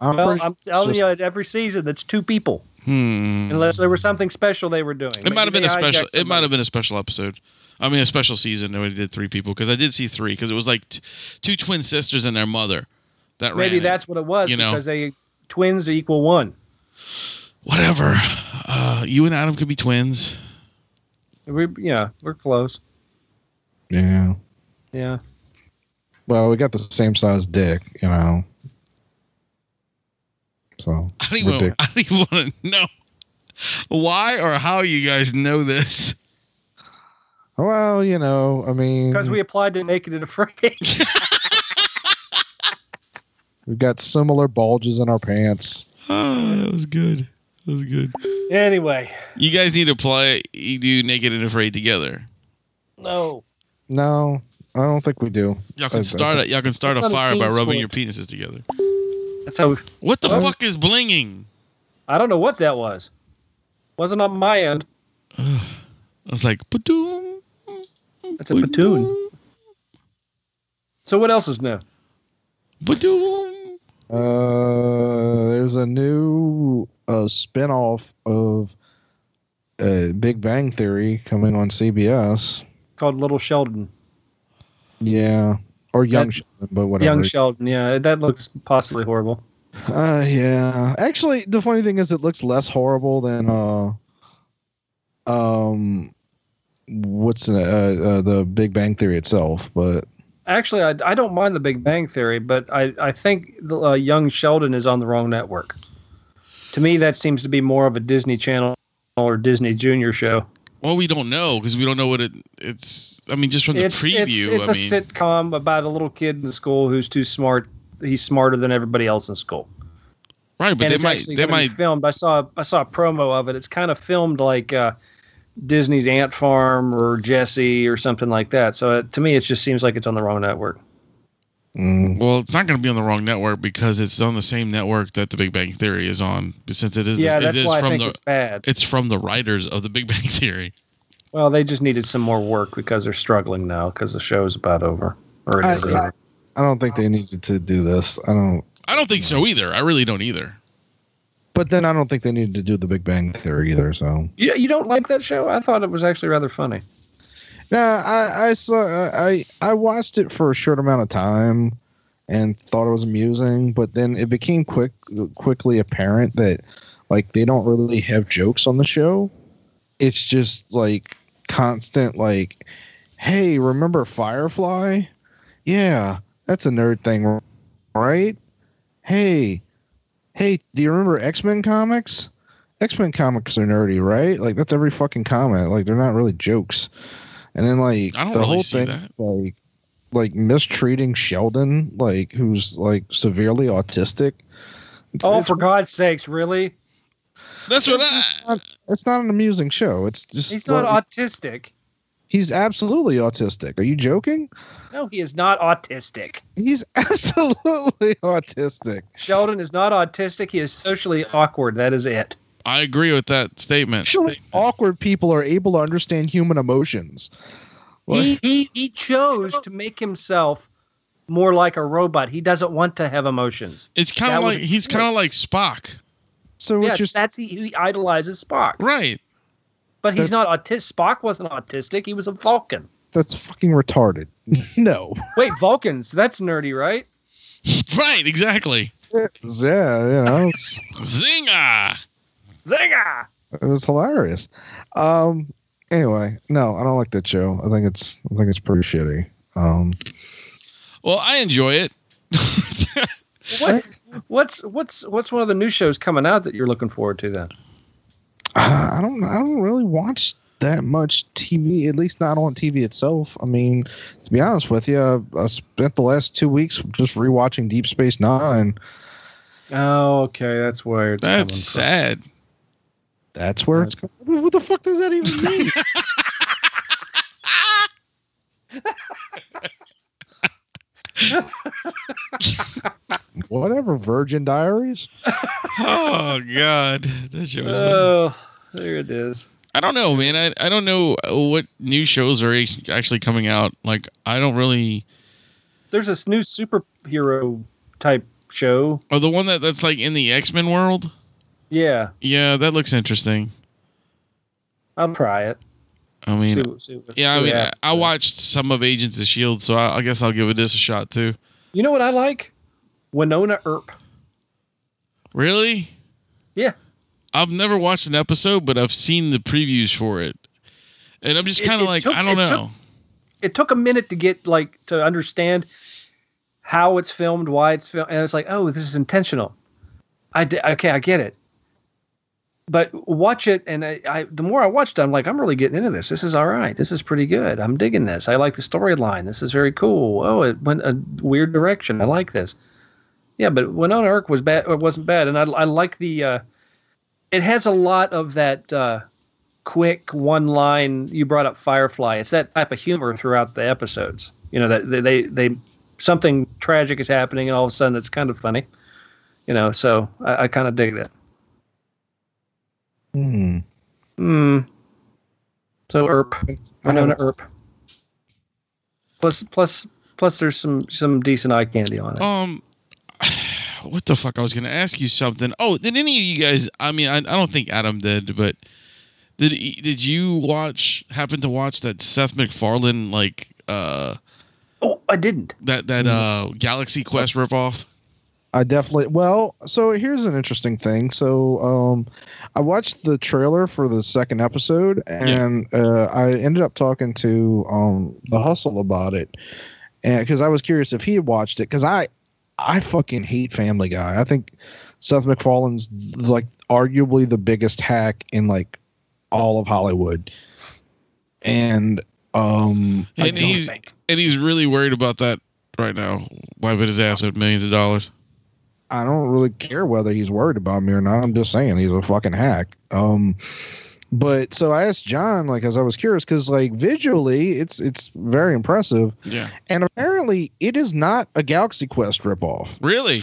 B: I'm
D: well,
B: pretty
D: I'm
B: sure
D: telling
B: it's
D: you,
B: just-
D: at every season, that's two people,
C: of hmm.
D: unless there was something special they were doing.
C: It might have been a special. It might have
D: been.
C: been a special episode. I mean, a special season. Nobody did three people because I did see three because it was like t- two twin sisters and their mother. That
D: Maybe
C: ran it.
D: that's what it was
C: you know.
D: because they twins equal one.
C: whatever. Uh, you and Adam could be twins.
D: We yeah, we're close.
B: Yeah.
D: Yeah.
C: Mm-hmm.
B: Well, we got the same size dick, you know. So
C: I don't even.
B: Ridic-
C: I don't even want to know why or how you guys know this.
B: well, you know, I mean,
D: Because we
B: we
D: applied to Naked and Afraid.
C: [LAUGHS]
B: have got similar bulges in our pants.
C: [SIGHS] Oh, that was good. That was good.
D: anyway,
C: You guys need to play. You do naked and afraid together.
D: no.
B: No, I don't think we do.
C: Y'all can
B: Okay.
C: start. A, y'all can start a
D: That's not a
C: fire by
D: team
C: rubbing
D: sport.
C: your penises together.
D: That's how.
C: What the
D: What?
C: fuck is blinging?
D: I don't know what that was. Wasn't on my end.
C: I was like, "Ba-doom."
D: It's a platoon. So what else is new?
C: Ba-doom.
B: Uh, there's a new uh, spinoff of uh, Big Bang Theory coming on CBS.
D: Called Little Sheldon,
B: Yeah, or Young,
D: That-
B: Sheldon, but whatever.
D: Young Sheldon. Yeah, that looks possibly horrible.
B: Uh, yeah. Actually, the funny thing is, it looks less horrible than uh, um, what's the uh, uh, the Big Bang Theory itself. But
D: Actually, I, I don't mind the Big Bang Theory, but I I think the, uh, Young Sheldon is on the wrong network. To me, that seems to be more of a Disney Channel or Disney Junior show.
C: Well, we don't know because we don't know what it. It's. I mean, just from the
D: it's,
C: preview.
D: It's, it's
C: I
D: a
C: mean,
D: sitcom about a little kid in school who's too smart. He's smarter than everybody else in school.
C: right? But
D: and
C: they
D: it's
C: might.
D: actually
C: They
D: gonna be
C: might.
D: filmed. I saw I saw a promo of it. It's kind of filmed like uh, Disney's Ant Farm or Jesse or something like that. So it, to me, it just seems like it's on the wrong network.
B: mm,
C: Well, it's not going to be on the wrong network because it's on the same network that The Big Bang Theory is on. But since it is,
D: yeah,
C: it
D: that's
C: is
D: why I
C: from
D: think
C: the.
D: it's bad.
C: It's from the writers of The Big [LAUGHS] Bang Theory.
D: Well, they just needed some more work because they're struggling now because the show's about over. Or it
B: I,
D: is over.
B: I, I don't think they needed to do this. I don't.
C: I don't think so either. I really don't either.
B: But then I don't think they needed to do the Big Bang Theory either. So
D: You, you don't like that show? I thought it was actually rather funny.
B: yeah, I I saw I I watched it for a short amount of time and thought it was amusing, but then it became quick quickly apparent that like they don't really have jokes on the show. It's just like constant like, hey, remember Firefly? Yeah, that's a nerd thing, right? Hey, hey, do you remember X Men comics? X Men comics are nerdy, right? Like that's every fucking comment. Like they're not really jokes. And then like
C: I don't
B: the
C: really
B: whole
C: see
B: thing,
C: that.
B: like like mistreating Sheldon, like who's like severely autistic. It's-
D: Oh,
B: it's
D: for God's sakes, really?
C: That's what I.
B: It's not an amusing show. It's just
D: He's not
B: like-
D: autistic.
B: he's absolutely autistic. Are you joking?
D: No, he is not autistic.
B: He's [LAUGHS] absolutely autistic.
D: Sheldon is not autistic. He is socially awkward. That is it.
C: I agree with that statement.
B: Surely awkward people are able to understand human emotions.
D: He, he he chose to make himself more like a robot. He doesn't want to have emotions.
C: It's kind
D: That
C: of
D: was
C: like
D: a-
C: he's kind of like Spock,
B: So what you're
D: Yes, that's he, he idolizes Spock,
C: right? [LAUGHS]
D: but he's
B: That's-
D: not autistic. Spock wasn't autistic. He was a Vulcan.
B: that's fucking retarded. [LAUGHS] no.
D: Wait, Vulcans? That's nerdy, right?
C: Right, exactly.
B: Yeah, you know, it's,
C: Zinga.
D: Zinga!
B: it was hilarious. Um anyway, no, I don't like that show. I think it's I think it's pretty shitty. Um
C: Well, I enjoy it. [LAUGHS]
D: What, what's what's what's one of the new shows coming out that you're looking forward to then?
B: Uh, I don't. I don't really watch that much TV. At least not on TV itself. I mean, to be honest with you, I spent the last two weeks just rewatching Deep Space Nine.
D: Oh, okay, that's where it's
C: That's
D: coming
C: sad.
B: That's where it's. What the fuck does that even mean? Whatever. Virgin Diaries.
C: Oh God, that show
D: from.
C: is.
D: Oh, there it is.
C: I don't know, man. I, I don't know uh, what new shows are ac- actually coming out. Like, I don't really.
D: There's this new superhero type show.
C: Oh, the one that that's like in the X Men world.
D: Yeah,
C: Yeah, that looks interesting.
D: I'll try it.
C: I mean,
D: See, see what-
C: yeah, I
D: see
C: mean,
D: what
C: I,
D: happens.
C: I watched some of Agents of Shield, so I, I guess I'll give this a shot too.
D: You know what I like? Winona Earp.
C: Really?
D: Yeah.
C: I've never watched an episode, but I've seen the previews for it, and I'm just
D: It-
C: kind of
D: it
C: like,
D: took-
C: I don't
D: it took-
C: know.
D: It took a minute to get like to understand how it's filmed, why it's filmed, and it's like, oh, this is intentional. I di- okay, I get it. But watch it, and I, I the more I watched, it, I'm like, I'm really getting into this. This is all right. This is pretty good. I'm digging this. I like the storyline. This is very cool. Oh, it went a weird direction. I like this. Yeah, but Winona Earp was bad. It wasn't bad, and I, I like the. Uh, it has a lot of that uh, quick one line. You brought up Firefly. It's that type of humor throughout the episodes. You know that they they, they something tragic is happening, and all of a sudden it's kind of funny. You know, so I, I kind of dig that.
B: Hmm.
D: Hmm. So Earp, Winona Earp. Plus, plus, plus, there's some some decent eye candy on it.
C: Um, [SIGHS] what the fuck? I was gonna ask you something. Oh, did any of you guys? I mean, I, I don't think Adam did, but did he- did you watch? Happen to watch that Seth MacFarlane like uh
D: Oh, I didn't.
C: that that uh Galaxy Quest ripoff?
B: I definitely well, so here's an interesting thing. So um I watched the trailer for the second episode and uh I ended up talking to um the hustle about it. And cuz I was curious if he had watched it cuz I I fucking hate Family Guy. I think Seth MacFarlane's like arguably the biggest hack in like all of Hollywood. And um I
C: And
B: don't-
C: he's and he's really worried about that right now. Wiping his ass with millions of dollars.
B: I don't really care whether he's worried about me or not. I'm just saying he's a fucking hack. Um, but so I asked John, like, as I was curious, because like visually, it's it's very impressive,
C: Yeah,
B: and apparently, it is not a Galaxy Quest ripoff.
C: really.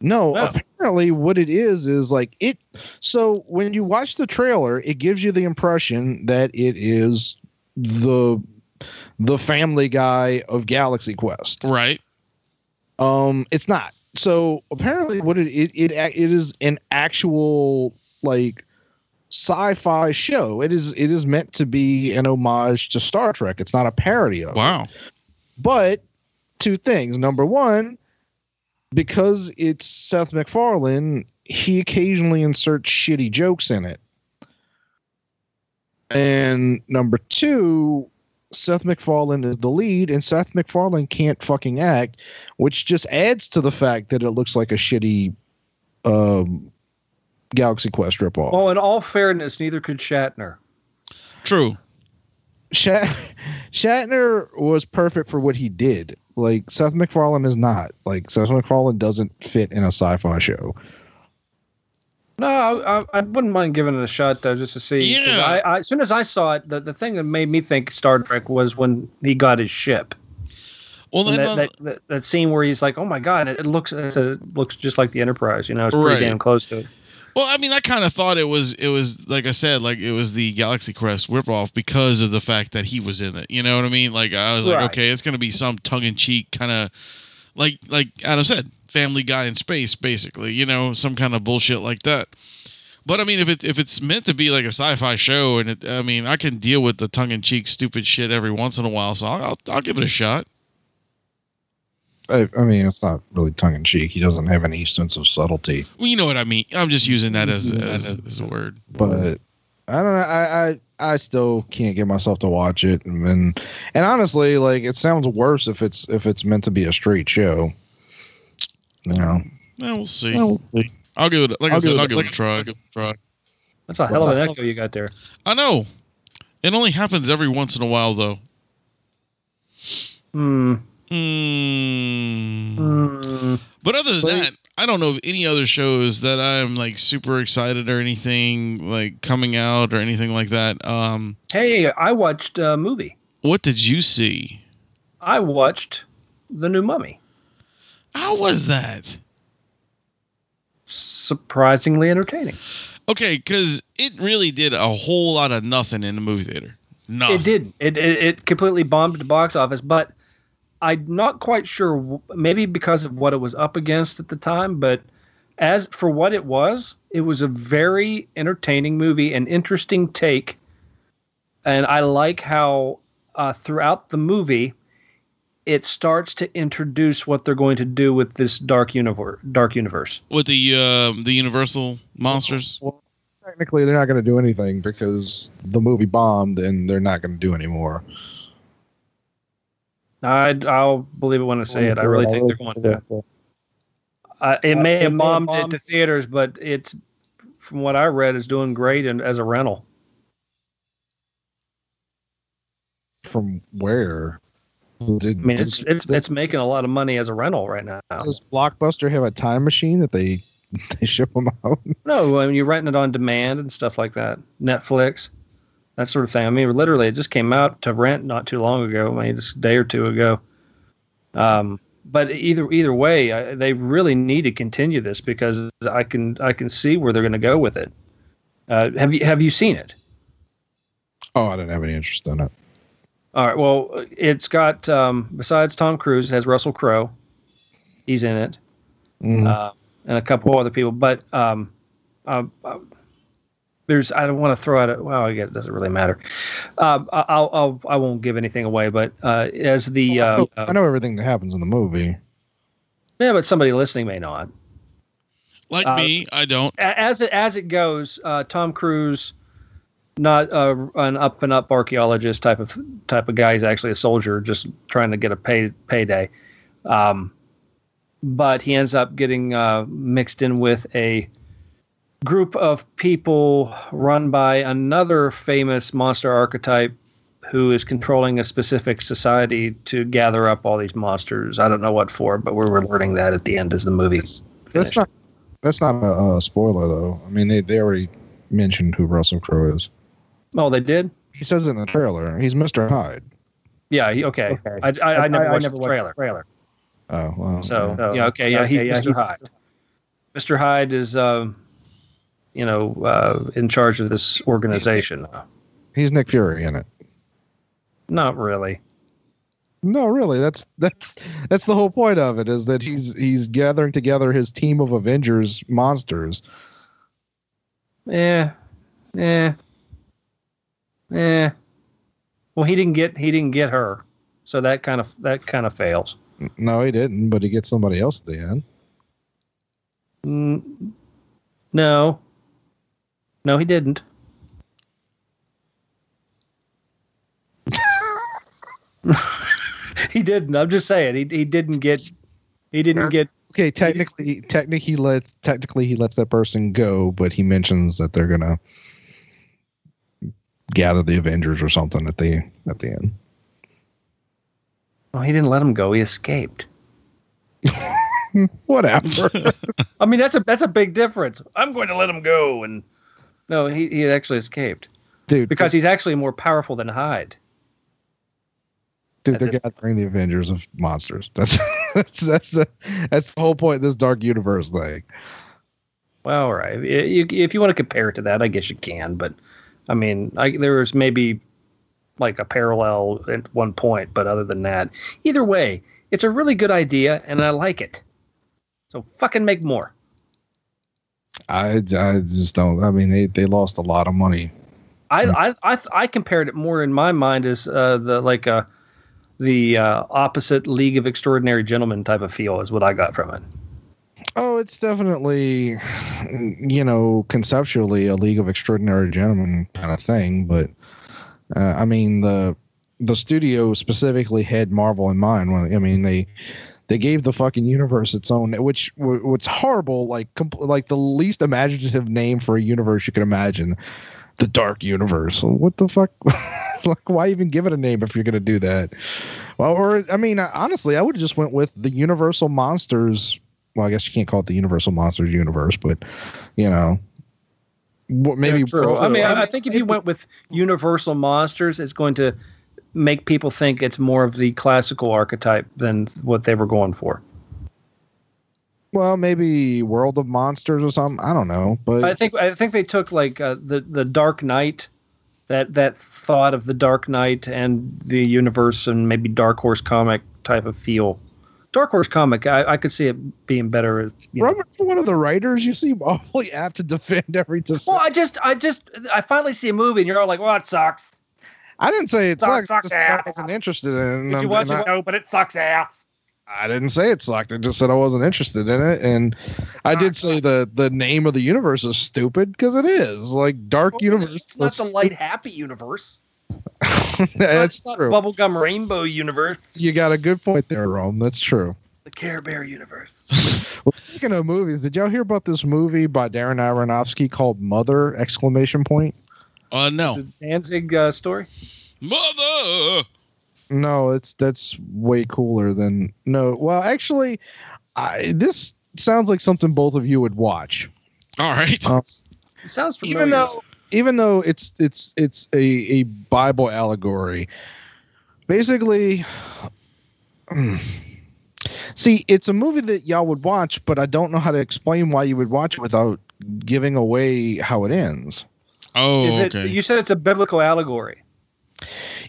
B: No,
D: Wow.
B: apparently, what it is is like it. So when you watch the trailer, it gives you the impression that it is the the Family Guy of Galaxy Quest.
C: Right.
B: Um, it's not. So apparently, what it it it, ac- it is an actual like sci-fi show. It is it is meant to be an homage to Star Trek. It's not a parody of. it.
C: Wow.
B: But two things. Number one, because it's Seth MacFarlane, he occasionally inserts shitty jokes in it. And number two, Seth MacFarlane is the lead, and Seth MacFarlane can't fucking act, which just adds to the fact that it looks like a shitty um, Galaxy Quest ripoff.
D: Well, in all fairness, neither could Shatner.
C: True.
B: Shat- Shatner was perfect for what he did. Like Seth MacFarlane is not. Like Seth MacFarlane doesn't fit in a sci-fi show.
D: No, I, I wouldn't mind giving it a shot though, just to see. 'Cause
C: Yeah.
D: I, I, as soon as I saw it, the, the thing that made me think Star Trek was when he got his ship.
C: Well,
D: And
C: then, uh,
D: that, that, that, that scene where he's like, "Oh my god, it, it looks it's a, it looks just like the Enterprise." You know, it's pretty
C: Right.
D: damn close to it.
C: well, I mean, I kind of thought it was it was like I said, like it was the Galaxy Quest ripoff because of the fact that he was in it. You know what I mean? Like I was like,
D: Right.
C: okay, it's gonna be some tongue in cheek kind of like like Adam said, Family Guy in space, basically. You know, some kind of bullshit like that. But I mean, if it's if it's meant to be like a sci-fi show, and it, I mean, I can deal with the tongue-in-cheek stupid shit every once in a while, so I'll I'll, I'll give it a shot.
B: I, I mean, it's not really tongue in cheek. He doesn't have any sense of subtlety.
C: Well, you know what I mean. I'm just using that as as, as a word.
B: but I don't know. I, I I still can't get myself to watch it, and then, and honestly, like it sounds worse if it's if it's meant to be a straight show. You know,
C: Eh, we'll see. I'll give it. Like i
B: I'll
C: said,
B: give it-
C: I'll give
B: like
C: it a try.
D: That's a
B: What's
D: hell of an
B: that?
D: echo you got there.
C: I know. It only happens every once in a while, though.
D: Hmm.
C: Mm.
D: Hmm.
C: But other than
D: But-
C: that, I don't know of any other shows that I'm like super excited or anything like coming out or anything like that. Um,
D: Hey, I watched a movie.
C: what did you see?
D: I watched the new Mummy.
C: How was that?
D: Surprisingly entertaining.
C: Okay, because it really did a whole lot of nothing in the movie theater. Nothing.
D: It did. It, it it completely bombed the box office, but I'm not quite sure. w- Maybe because of what it was up against at the time, but as for what it was, it was a very entertaining movie, an interesting take, and I like how uh, throughout the movie. It starts to introduce what they're going to do with this dark universe. Dark universe.
C: with the uh, the Universal monsters.
B: Well, technically, they're not going to do anything because the movie bombed, and they're not going to do anymore.
D: I, I'll believe it when I
B: Oh,
D: say it. I really think they're going to. Uh, it may have bombed at the theaters, but it's from what I read is doing great and as a rental.
B: From where?
D: I
B: Did,
D: mean,
B: did-
D: it's it's,
B: did-
D: it's making a lot of money as a rental right now.
B: does Blockbuster have a time machine that they [LAUGHS] they ship them out?
D: No, I mean you're renting it on demand and stuff like that. Netflix, that sort of thing. I mean, literally, it just came out to rent not too long ago. I mean, just a day or two ago. Um, but either either way, I, they really need to continue this because I can I can see where they're going to go with it. Uh, have you have you seen it?
B: Oh, I didn't have any interest in it.
D: All right. Well, it's got um, besides Tom Cruise, it has Russell Crowe. He's in it,
B: Mm.
D: uh, and a couple other people. But um, uh, uh, there's I don't want to throw out. A, well, I guess it doesn't really matter. Um, I- I'll, I'll I won't give anything away. But uh, as the
B: I
D: uh,
B: know- I
D: uh,
B: know everything that happens in the movie.
D: yeah, but somebody listening may not.
C: Like
D: Uh,
C: me, I don't. [LAUGHS]
D: A- As it as it goes, uh, Tom Cruise, not uh, an up and up archaeologist type of type of guy. He's actually a soldier, just trying to get a pay payday. Um, but he ends up getting uh, mixed in with a group of people run by another famous monster archetype who is controlling a specific society to gather up all these monsters. I don't know what for, but we're learning that at the end as the movie.
B: That's not that's not a, a spoiler though. I mean, they they already mentioned who Russell Crowe is.
D: Oh, they did.
B: He says it in the trailer. He's Mister Hyde.
D: Yeah. he- Okay.
E: Okay.
D: I, I, I, never watched the
E: watched
D: trailer.
E: trailer.
B: Oh, well.
D: So uh,
B: yeah.
E: So,
D: yeah. Okay. Yeah. He's
E: okay, yeah,
D: Mr.
E: he's-
D: Hyde. Mr. Hyde is, uh, you know, uh, in charge of this organization. Uh,
B: he's Nick Fury in it.
D: Not really.
B: No, really. That's that's that's the whole point of it is that he's he's gathering together his team of Avengers monsters.
D: Yeah. Yeah. Yeah. eh. Well, he didn't get he didn't get her, so that kind of that kind of fails.
B: No, he didn't, but he gets somebody else at the end.
D: Mm, no. No, he didn't. [LAUGHS] he didn't. I'm just saying he he didn't get he didn't get
B: Okay, technically, technically he lets technically he lets that person go, but he mentions that they're gonna gather the Avengers or something at the at the end.
D: oh, Well, he didn't let him go. He escaped.
B: [LAUGHS] Whatever.
D: I mean, that's a that's a big difference. I'm going to let him go, and no, he he actually escaped
B: Dude, [LAUGHS]
D: because he's actually more powerful than Hyde.
B: Dude, they're
D: At this-
B: gathering the Avengers of monsters. [LAUGHS] That's that's that's the, that's the whole point of this dark universe thing.
D: Well, all right. If you, if you want to compare it to that, I guess you can. But I mean, I, there was maybe like a parallel at one point, but other than that, either way, it's a really good idea, and I like it. So fucking make more.
B: I, I just don't. I mean, they, they lost a lot of money.
D: I I I, I compared it more in my mind as uh, the like uh, the uh, opposite League of Extraordinary Gentlemen type of feel is what I got from it.
B: Oh, it's definitely, you know, conceptually a League of Extraordinary Gentlemen kind of thing. But uh, I mean, the the studio specifically had Marvel in mind. When I mean, they they gave the fucking universe its own, which w- was horrible. Like comp- like the least imaginative name for a universe you could imagine, the Dark Universe. What the fuck? [LAUGHS] like, why even give it a name if you're gonna do that? Well, or I mean, honestly, I would have just went with the Universal Monsters well, I guess you can't call it the Universal Monsters universe, but you know, what maybe.
D: Yeah, true. I mean, I, I think if you went with Universal Monsters, it's going to make people think it's more of the classical archetype than what they were going for.
B: well, maybe World of Monsters or something. I don't know, but
D: I think I think they took like uh, the the Dark Knight, that that thought of the Dark Knight and the universe and maybe Dark Horse comic type of feel. Dark Horse comic, I, I could see it being better. You know.
B: Robert's one of the writers. You seem [LAUGHS] awfully apt to defend every decision.
D: Well, I just I just I finally see a movie and you're all like, "Well, it sucks."
B: I didn't say it
D: Suck,
B: sucked.
D: suck,
B: just said I
D: yeah.
B: wasn't interested in.
D: Did
B: it,
D: you watch
B: and
D: it?
B: I,
D: No, but it sucks ass.
B: I didn't say it sucked. I just said I wasn't interested in it, and I did say the the name of the universe is stupid because it is like Dark Universe.
D: It's not the light happy universe.
B: [LAUGHS] That's
D: it's not
B: true.
D: bubblegum rainbow universe.
B: You got a good point there, Rome. That's true.
D: The Care Bear universe.
B: Well, speaking of movies, did y'all hear about this movie by Darren Aronofsky called Mother? Exclamation point.
C: Uh,
D: It's a
C: no.
D: Danzig uh, story.
C: Mother!
B: No, it's that's way cooler than no. Well, actually, I, this sounds like something both of you would watch.
C: All right.
B: Uh,
D: It sounds familiar.
B: even though even though it's it's it's a, a Bible allegory. Basically, mm. see, it's a movie that y'all would watch, but I don't know how to explain why you would watch it without giving away how it ends.
C: Oh,
D: Is it,
C: okay.
D: you said it's a biblical allegory.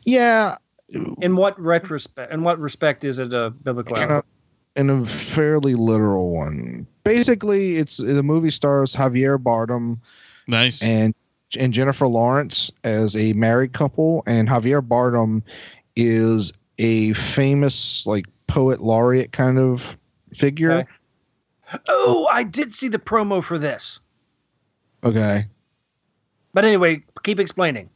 B: Yeah,
D: In what retrospect? In what respect is it a biblical
B: in
D: allegory?
B: a, in a fairly literal one. Basically, it's the movie stars Javier Bardem
C: nice.
B: and and Jennifer Lawrence as a married couple, and Javier Bardem is a famous like poet laureate kind of figure.
D: Okay. Oh, I did see the promo for this.
B: okay.
D: But anyway, keep explaining.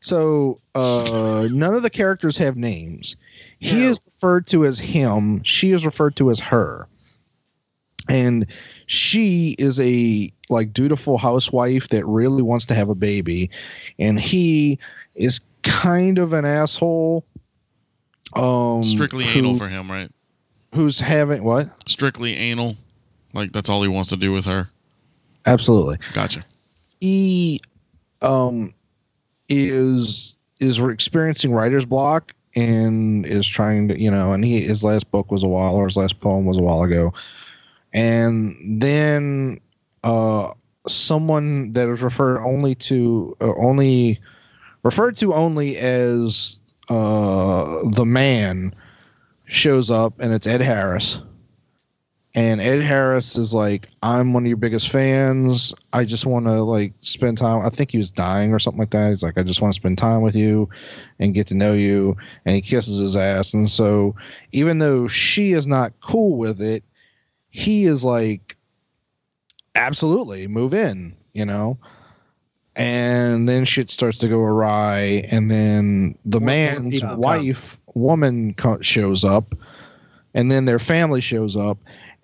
B: So uh, none of the characters have names. He
D: No.
B: is referred to as him. She is referred to as her. And she is a like dutiful housewife that really wants to have a baby, and he is kind of an asshole. Um,
C: Strictly
B: who-
C: anal for him, right?
B: who's having what?
C: Strictly anal. Like, that's all he wants to do with her.
B: Absolutely.
C: Gotcha.
B: he um is is experiencing writer's block and is trying to you know and he his last book was a while or his last poem was a while ago and then uh someone that is referred only to uh, only referred to only as uh the man shows up and it's ed harris and Ed Harris is like, I'm one of your biggest fans. I just want to like spend time. I think he was dying or something like that. He's like, I just want to spend time with you and get to know you. And he kisses his ass. And so, even though she is not cool with it, he is like, absolutely move in, you know. And then shit starts to go awry. And then the
D: More
B: man's
D: people come.
B: wife, woman, co- shows up. And then their family shows up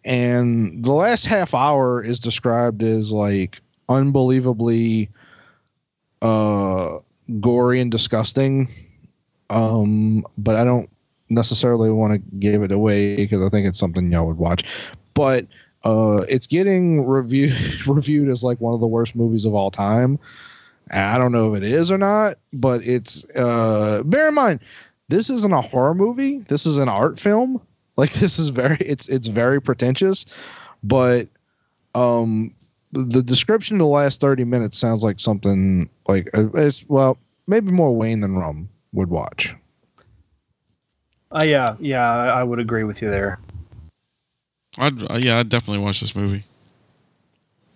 B: and the last half hour is described as like unbelievably uh gory and disgusting um but i don't necessarily want to give it away because i think it's something y'all would watch but uh, it's getting [LAUGHS] reviewed reviewed as like one of the worst movies of all time. And I don't know if it is or not, but it's. Uh, bear in mind, this isn't a horror movie. This is an art film. [LAUGHS] Like this is very. It's it's very pretentious, but um, the description of the last thirty minutes sounds like something like uh, it's well maybe more Wayne than Rum would watch.
D: Uh, yeah, yeah, I I would agree with you there.
C: I'd, uh, yeah, I'd definitely watch this movie.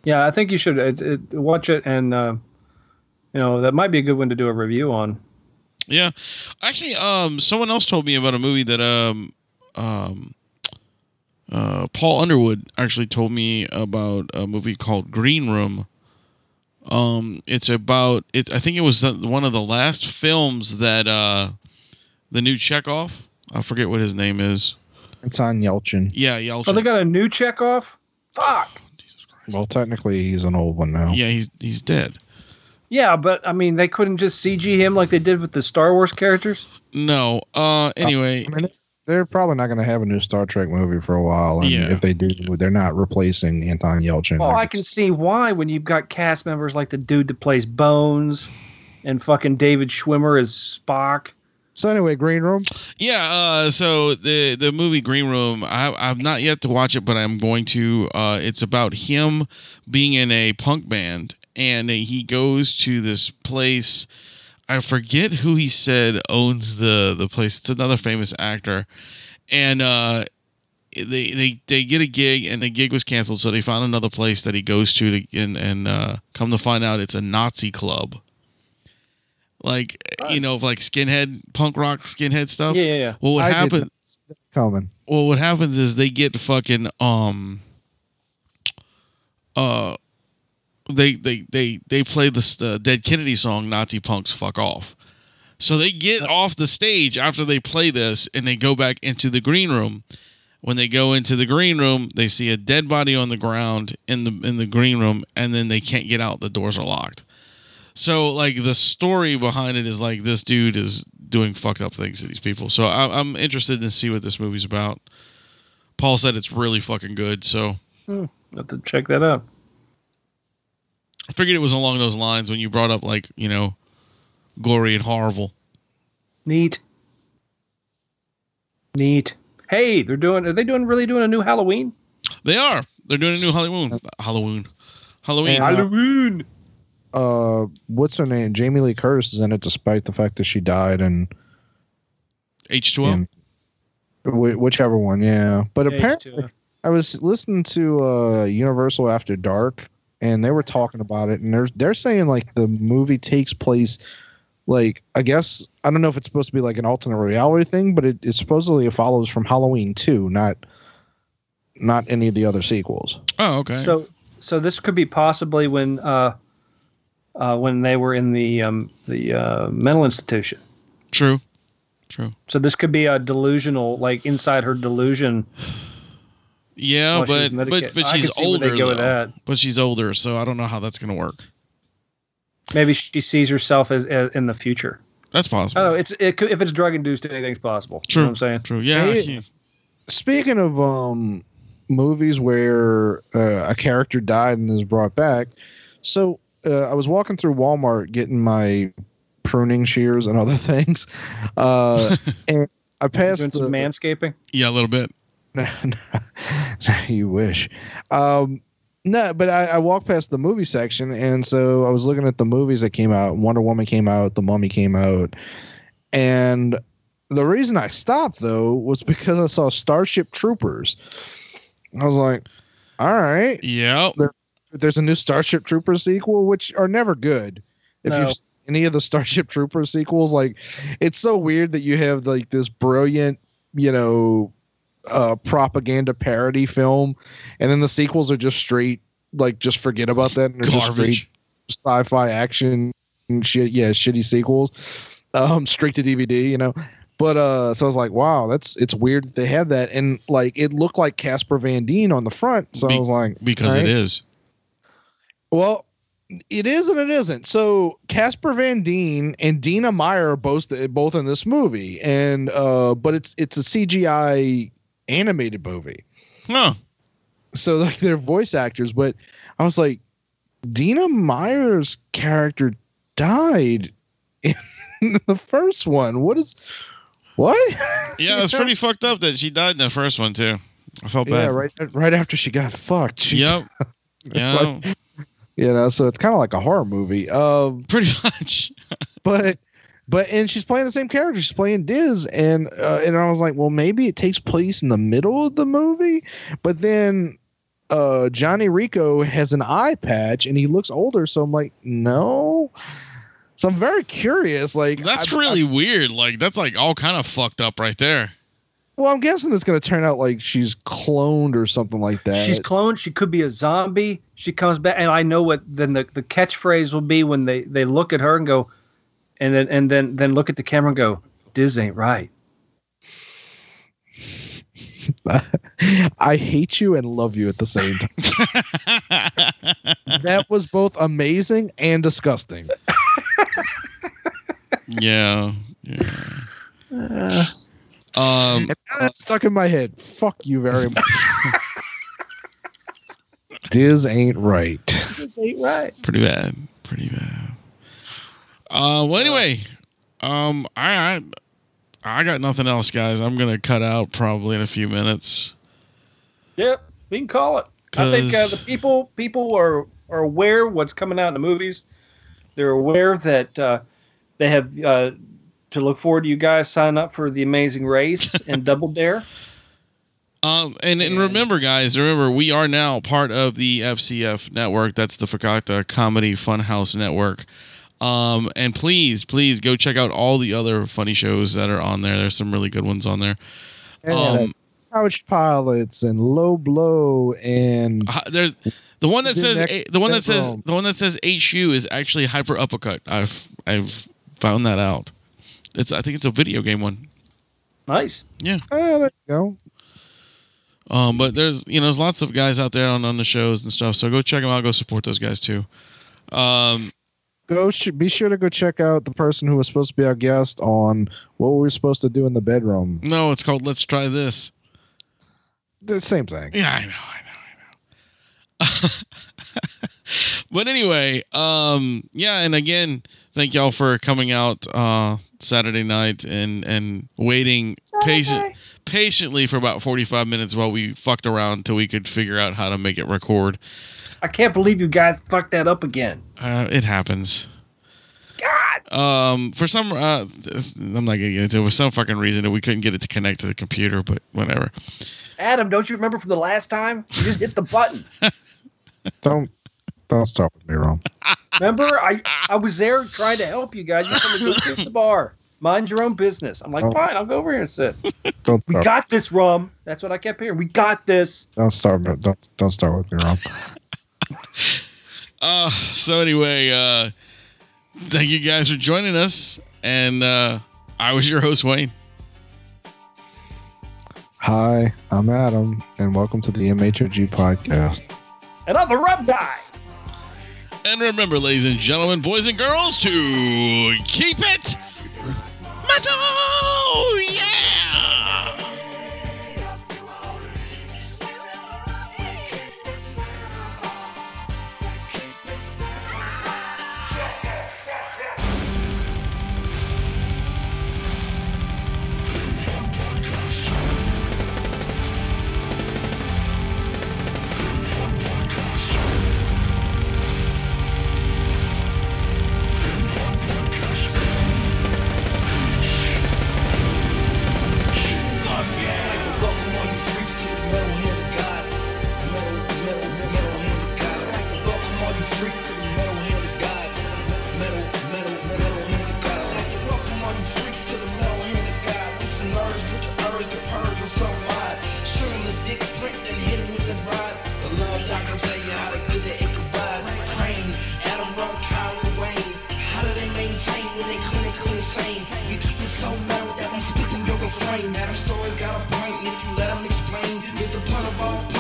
D: Yeah, I think you should it, it, watch it, and uh, you know that might be a good one to do a review on.
C: Yeah, actually, um, someone else told me about a movie that um, um, uh, Paul Underwood actually told me about a movie called Green Room. Um, it's about it. I think it was the- one of the last films that uh, the new Chekhov. I forget what his name is.
B: It's on Yelchin.
C: Yeah, Yelchin.
D: Oh, they got a new Chekhov. Fuck.
C: Jesus Christ.
B: Well, technically he's an old one now.
C: yeah, he's he's dead.
D: Yeah, but I mean, they couldn't just CG him like they did with the Star Wars characters.
C: No. Uh. Anyway.
B: I mean, they're probably not going to have a new Star Trek movie for a while, and
C: Yeah.
B: if they do, they're not replacing Anton Yelchin.
D: Well, Oh, I can see why when you've got cast members like the dude that plays Bones, and fucking David Schwimmer as Spock.
B: So anyway, Green Room.
C: Yeah, uh, so the the movie Green Room, I, I've not yet to watch it, but I'm going to. Uh, it's about him being in a punk band, and he goes to this place. I forget who he said owns the the place. It's another famous actor, and uh, they they they get a gig, and the gig was canceled, so they found another place that he goes to, to and and uh, come to find out it's a Nazi club. Like you know, like skinhead punk rock skinhead stuff.
D: Yeah, yeah, yeah.
C: Well, what
B: I did
C: happens?
B: not see that Coming.
C: Well, what happens is they get fucking um. Uh, they they they they play this uh, Dead Kennedy song "Nazi Punks Fuck Off," so they get off the stage after they play this and they go back into the green room. When they go into the green room, they see a dead body on the ground in the in the green room, and then they can't get out. The doors are locked. So like the story behind it is like this dude is doing fucked up things to these people. So I, I'm interested to see what this movie's about. Paul said it's really fucking good, so
D: Have to check that out.
C: I figured it was along those lines when you brought up like you know, gory and horrible.
D: Neat. Neat. Hey, they're doing. Are they doing really doing a new Halloween?
C: They are. They're doing a new Halloween. Halloween. Halloween.
B: Yeah.
D: Halloween.
B: Uh, what's her name? Jamie Lee Curtis is in it, despite the fact that she died and
C: H two O.
B: whichever one. Yeah, but
D: Yeah,
B: apparently
D: H2O.
B: I was listening to uh, Universal After Dark, and they were talking about it, and they're they're saying like the movie takes place, like I guess I don't know if it's supposed to be like an alternate reality thing, but it, it supposedly it follows from Halloween two, not not any of the other sequels.
C: Oh, okay.
D: So, so this could be possibly when, uh, uh, when they were in the um, the uh, mental institution.
C: True. True.
D: So this could be a delusional, like inside her delusion.
C: Yeah,
D: while she was
C: but but
D: medicated.
C: but
D: I can
C: she's
D: see where they
C: older
D: go
C: though.
D: with that.
C: But she's older, so I don't know how that's gonna work.
D: Maybe she sees herself as, as in the future.
C: That's
D: I
C: possible.
D: don't know. It's it could, if it's drug induced, anything's possible. You
C: True.
D: know what I'm saying.
C: True. Yeah. I
B: Hey,
C: can't-
B: Speaking of um movies where uh, a character died and is brought back, so uh, I was walking through Walmart getting my pruning shears and other [LAUGHS] things,
D: [LAUGHS]
B: uh, and I passed
D: Doing
B: the
D: some manscaping.
C: yeah, a little bit.
B: [LAUGHS] you wish. Um, no, but I, I walked past the movie section, and so I was looking at the movies that came out. Wonder Woman came out, The Mummy came out, and the reason I stopped though was because I saw Starship Troopers. I was like, "All right,
C: Yeah.
B: there's a new Starship Troopers sequel, which are never good. If
D: No.
B: you've seen any of the Starship Troopers sequels, like it's so weird that you have like this brilliant, you know, uh, propaganda parody film, and then the sequels are just straight like just forget about that. And they're just straight
C: Garbage.
B: sci-fi action and shit. Yeah, shitty sequels, um, straight to DVD. You know. But uh, so I was like, wow, that's it's weird that they have that, and like it looked like Casper Van Dien on the front, so
C: Be-
B: I was like,
C: Because
B: Right?
C: it is.
B: well, it is and it isn't. So Casper Van Dien and Dina Meyer are both both in this movie, and uh, but it's it's a CGI animated movie.
C: Huh.
B: so like they're voice actors, but I was like, Dina Meyer's character died in [LAUGHS] the first one. What is what?
C: Yeah, it's pretty fucked up that she died in the first one too. I felt
B: [LAUGHS] Yeah,
C: bad.
B: right. Right after she got fucked.
C: [LAUGHS]
D: [LAUGHS]
B: She,
C: Yep. Yeah.
B: You know, so it's kind of like a horror movie. Um,
C: pretty much.
B: but but and she's playing the same character. She's playing Diz, and uh, and I was like, well, maybe it takes place in the middle of the movie, but then uh, Johnny Rico has an eye patch and he looks older, so I'm like, no. So I'm very curious. Like
C: That's
B: I- I-
C: really weird. Like that's like all kind of fucked up right there.
B: well, I'm guessing it's going to turn out like she's cloned or something like that.
D: She's cloned. She could be a zombie. She comes back, and I know what. Then the, the catchphrase will be when they they look at her and go, and then and then then look at the camera and go, "Diz ain't right."
B: [LAUGHS] I hate you and love you at the
C: [LAUGHS]
B: same time. that was both amazing and disgusting.
C: yeah. Yeah. Um.
D: Um,
B: And now that's stuck in my head. Fuck you very [LAUGHS] much. Diz ain't right.
D: Diz ain't right.
C: Pretty bad. Pretty bad. Uh. Well. Anyway. Um. I. I I got nothing else, guys. I'm gonna cut out probably in a few minutes.
D: Yep, we can call it. I think uh,
C: 'Cause-
D: the people people are are aware of what's coming out in the movies. They're aware that uh, they have uh, to look forward to you guys sign up for the Amazing Race and Double Dare.
C: Um, and, and remember, guys, remember we are now part of the FCF network. That's the Fakakta Comedy Funhouse Network. Um, and please, please go check out all the other funny shows that are on there. There's some really good ones on there.
B: And, uh,
C: um,
B: couch pilots and low blow
D: Uh,
B: and
C: hi- Uh, there's the one that
B: The
C: says
B: next-
C: eh, the one that
B: next
C: says
B: round.
C: the one that says HU is actually Hyper Uppercut. I've I've found that out. It's I think it's a video game one.
D: Nice.
B: oh, there you go.
C: Um, but there's you know there's lots of guys out there on on the shows and stuff. So go check them out. Go support those guys too. Um,
B: Go sh- be sure to go check out the person who was supposed to be our guest on what we were supposed to do in the bedroom.
C: No, it's called Let's Try This.
B: The same thing.
C: Yeah, I know, I know, I know. [LAUGHS] but anyway, um, yeah, and again, thank y'all for coming out uh Saturday night and and waiting patient patiently for about forty five minutes while we fucked around till we could figure out how to make it record.
D: I can't believe you guys fucked that up again.
C: Uh, it happens.
D: God.
C: Um, for some, uh, this- I'm not gonna get into it. For some fucking reason, we couldn't get it to connect to the computer, but whatever.
D: Adam, don't you remember from the last time? You just hit the button.
B: Don't don't start with me wrong.
D: Remember, I, I was there trying to help you guys. You told me go sit at the bar. Mind your own business. I'm like,
B: Oh.
D: fine, I'll go over here and sit.
B: Don't
D: We
B: start,
D: got this, Rum. That's what I kept hearing. We got this.
B: don't start with- don't don't start with me wrong.
C: Uh, so anyway, uh, thank you guys for joining us. And uh, I was your host, Wayne.
B: Hi, I'm Adam, and welcome to the MHOG podcast.
D: And I'm the Rum Guy.
C: And remember, ladies and gentlemen, boys and girls, to keep it metal. Yeah.
E: Every story got a point, and if you let 'em explain, it's the point of all pain.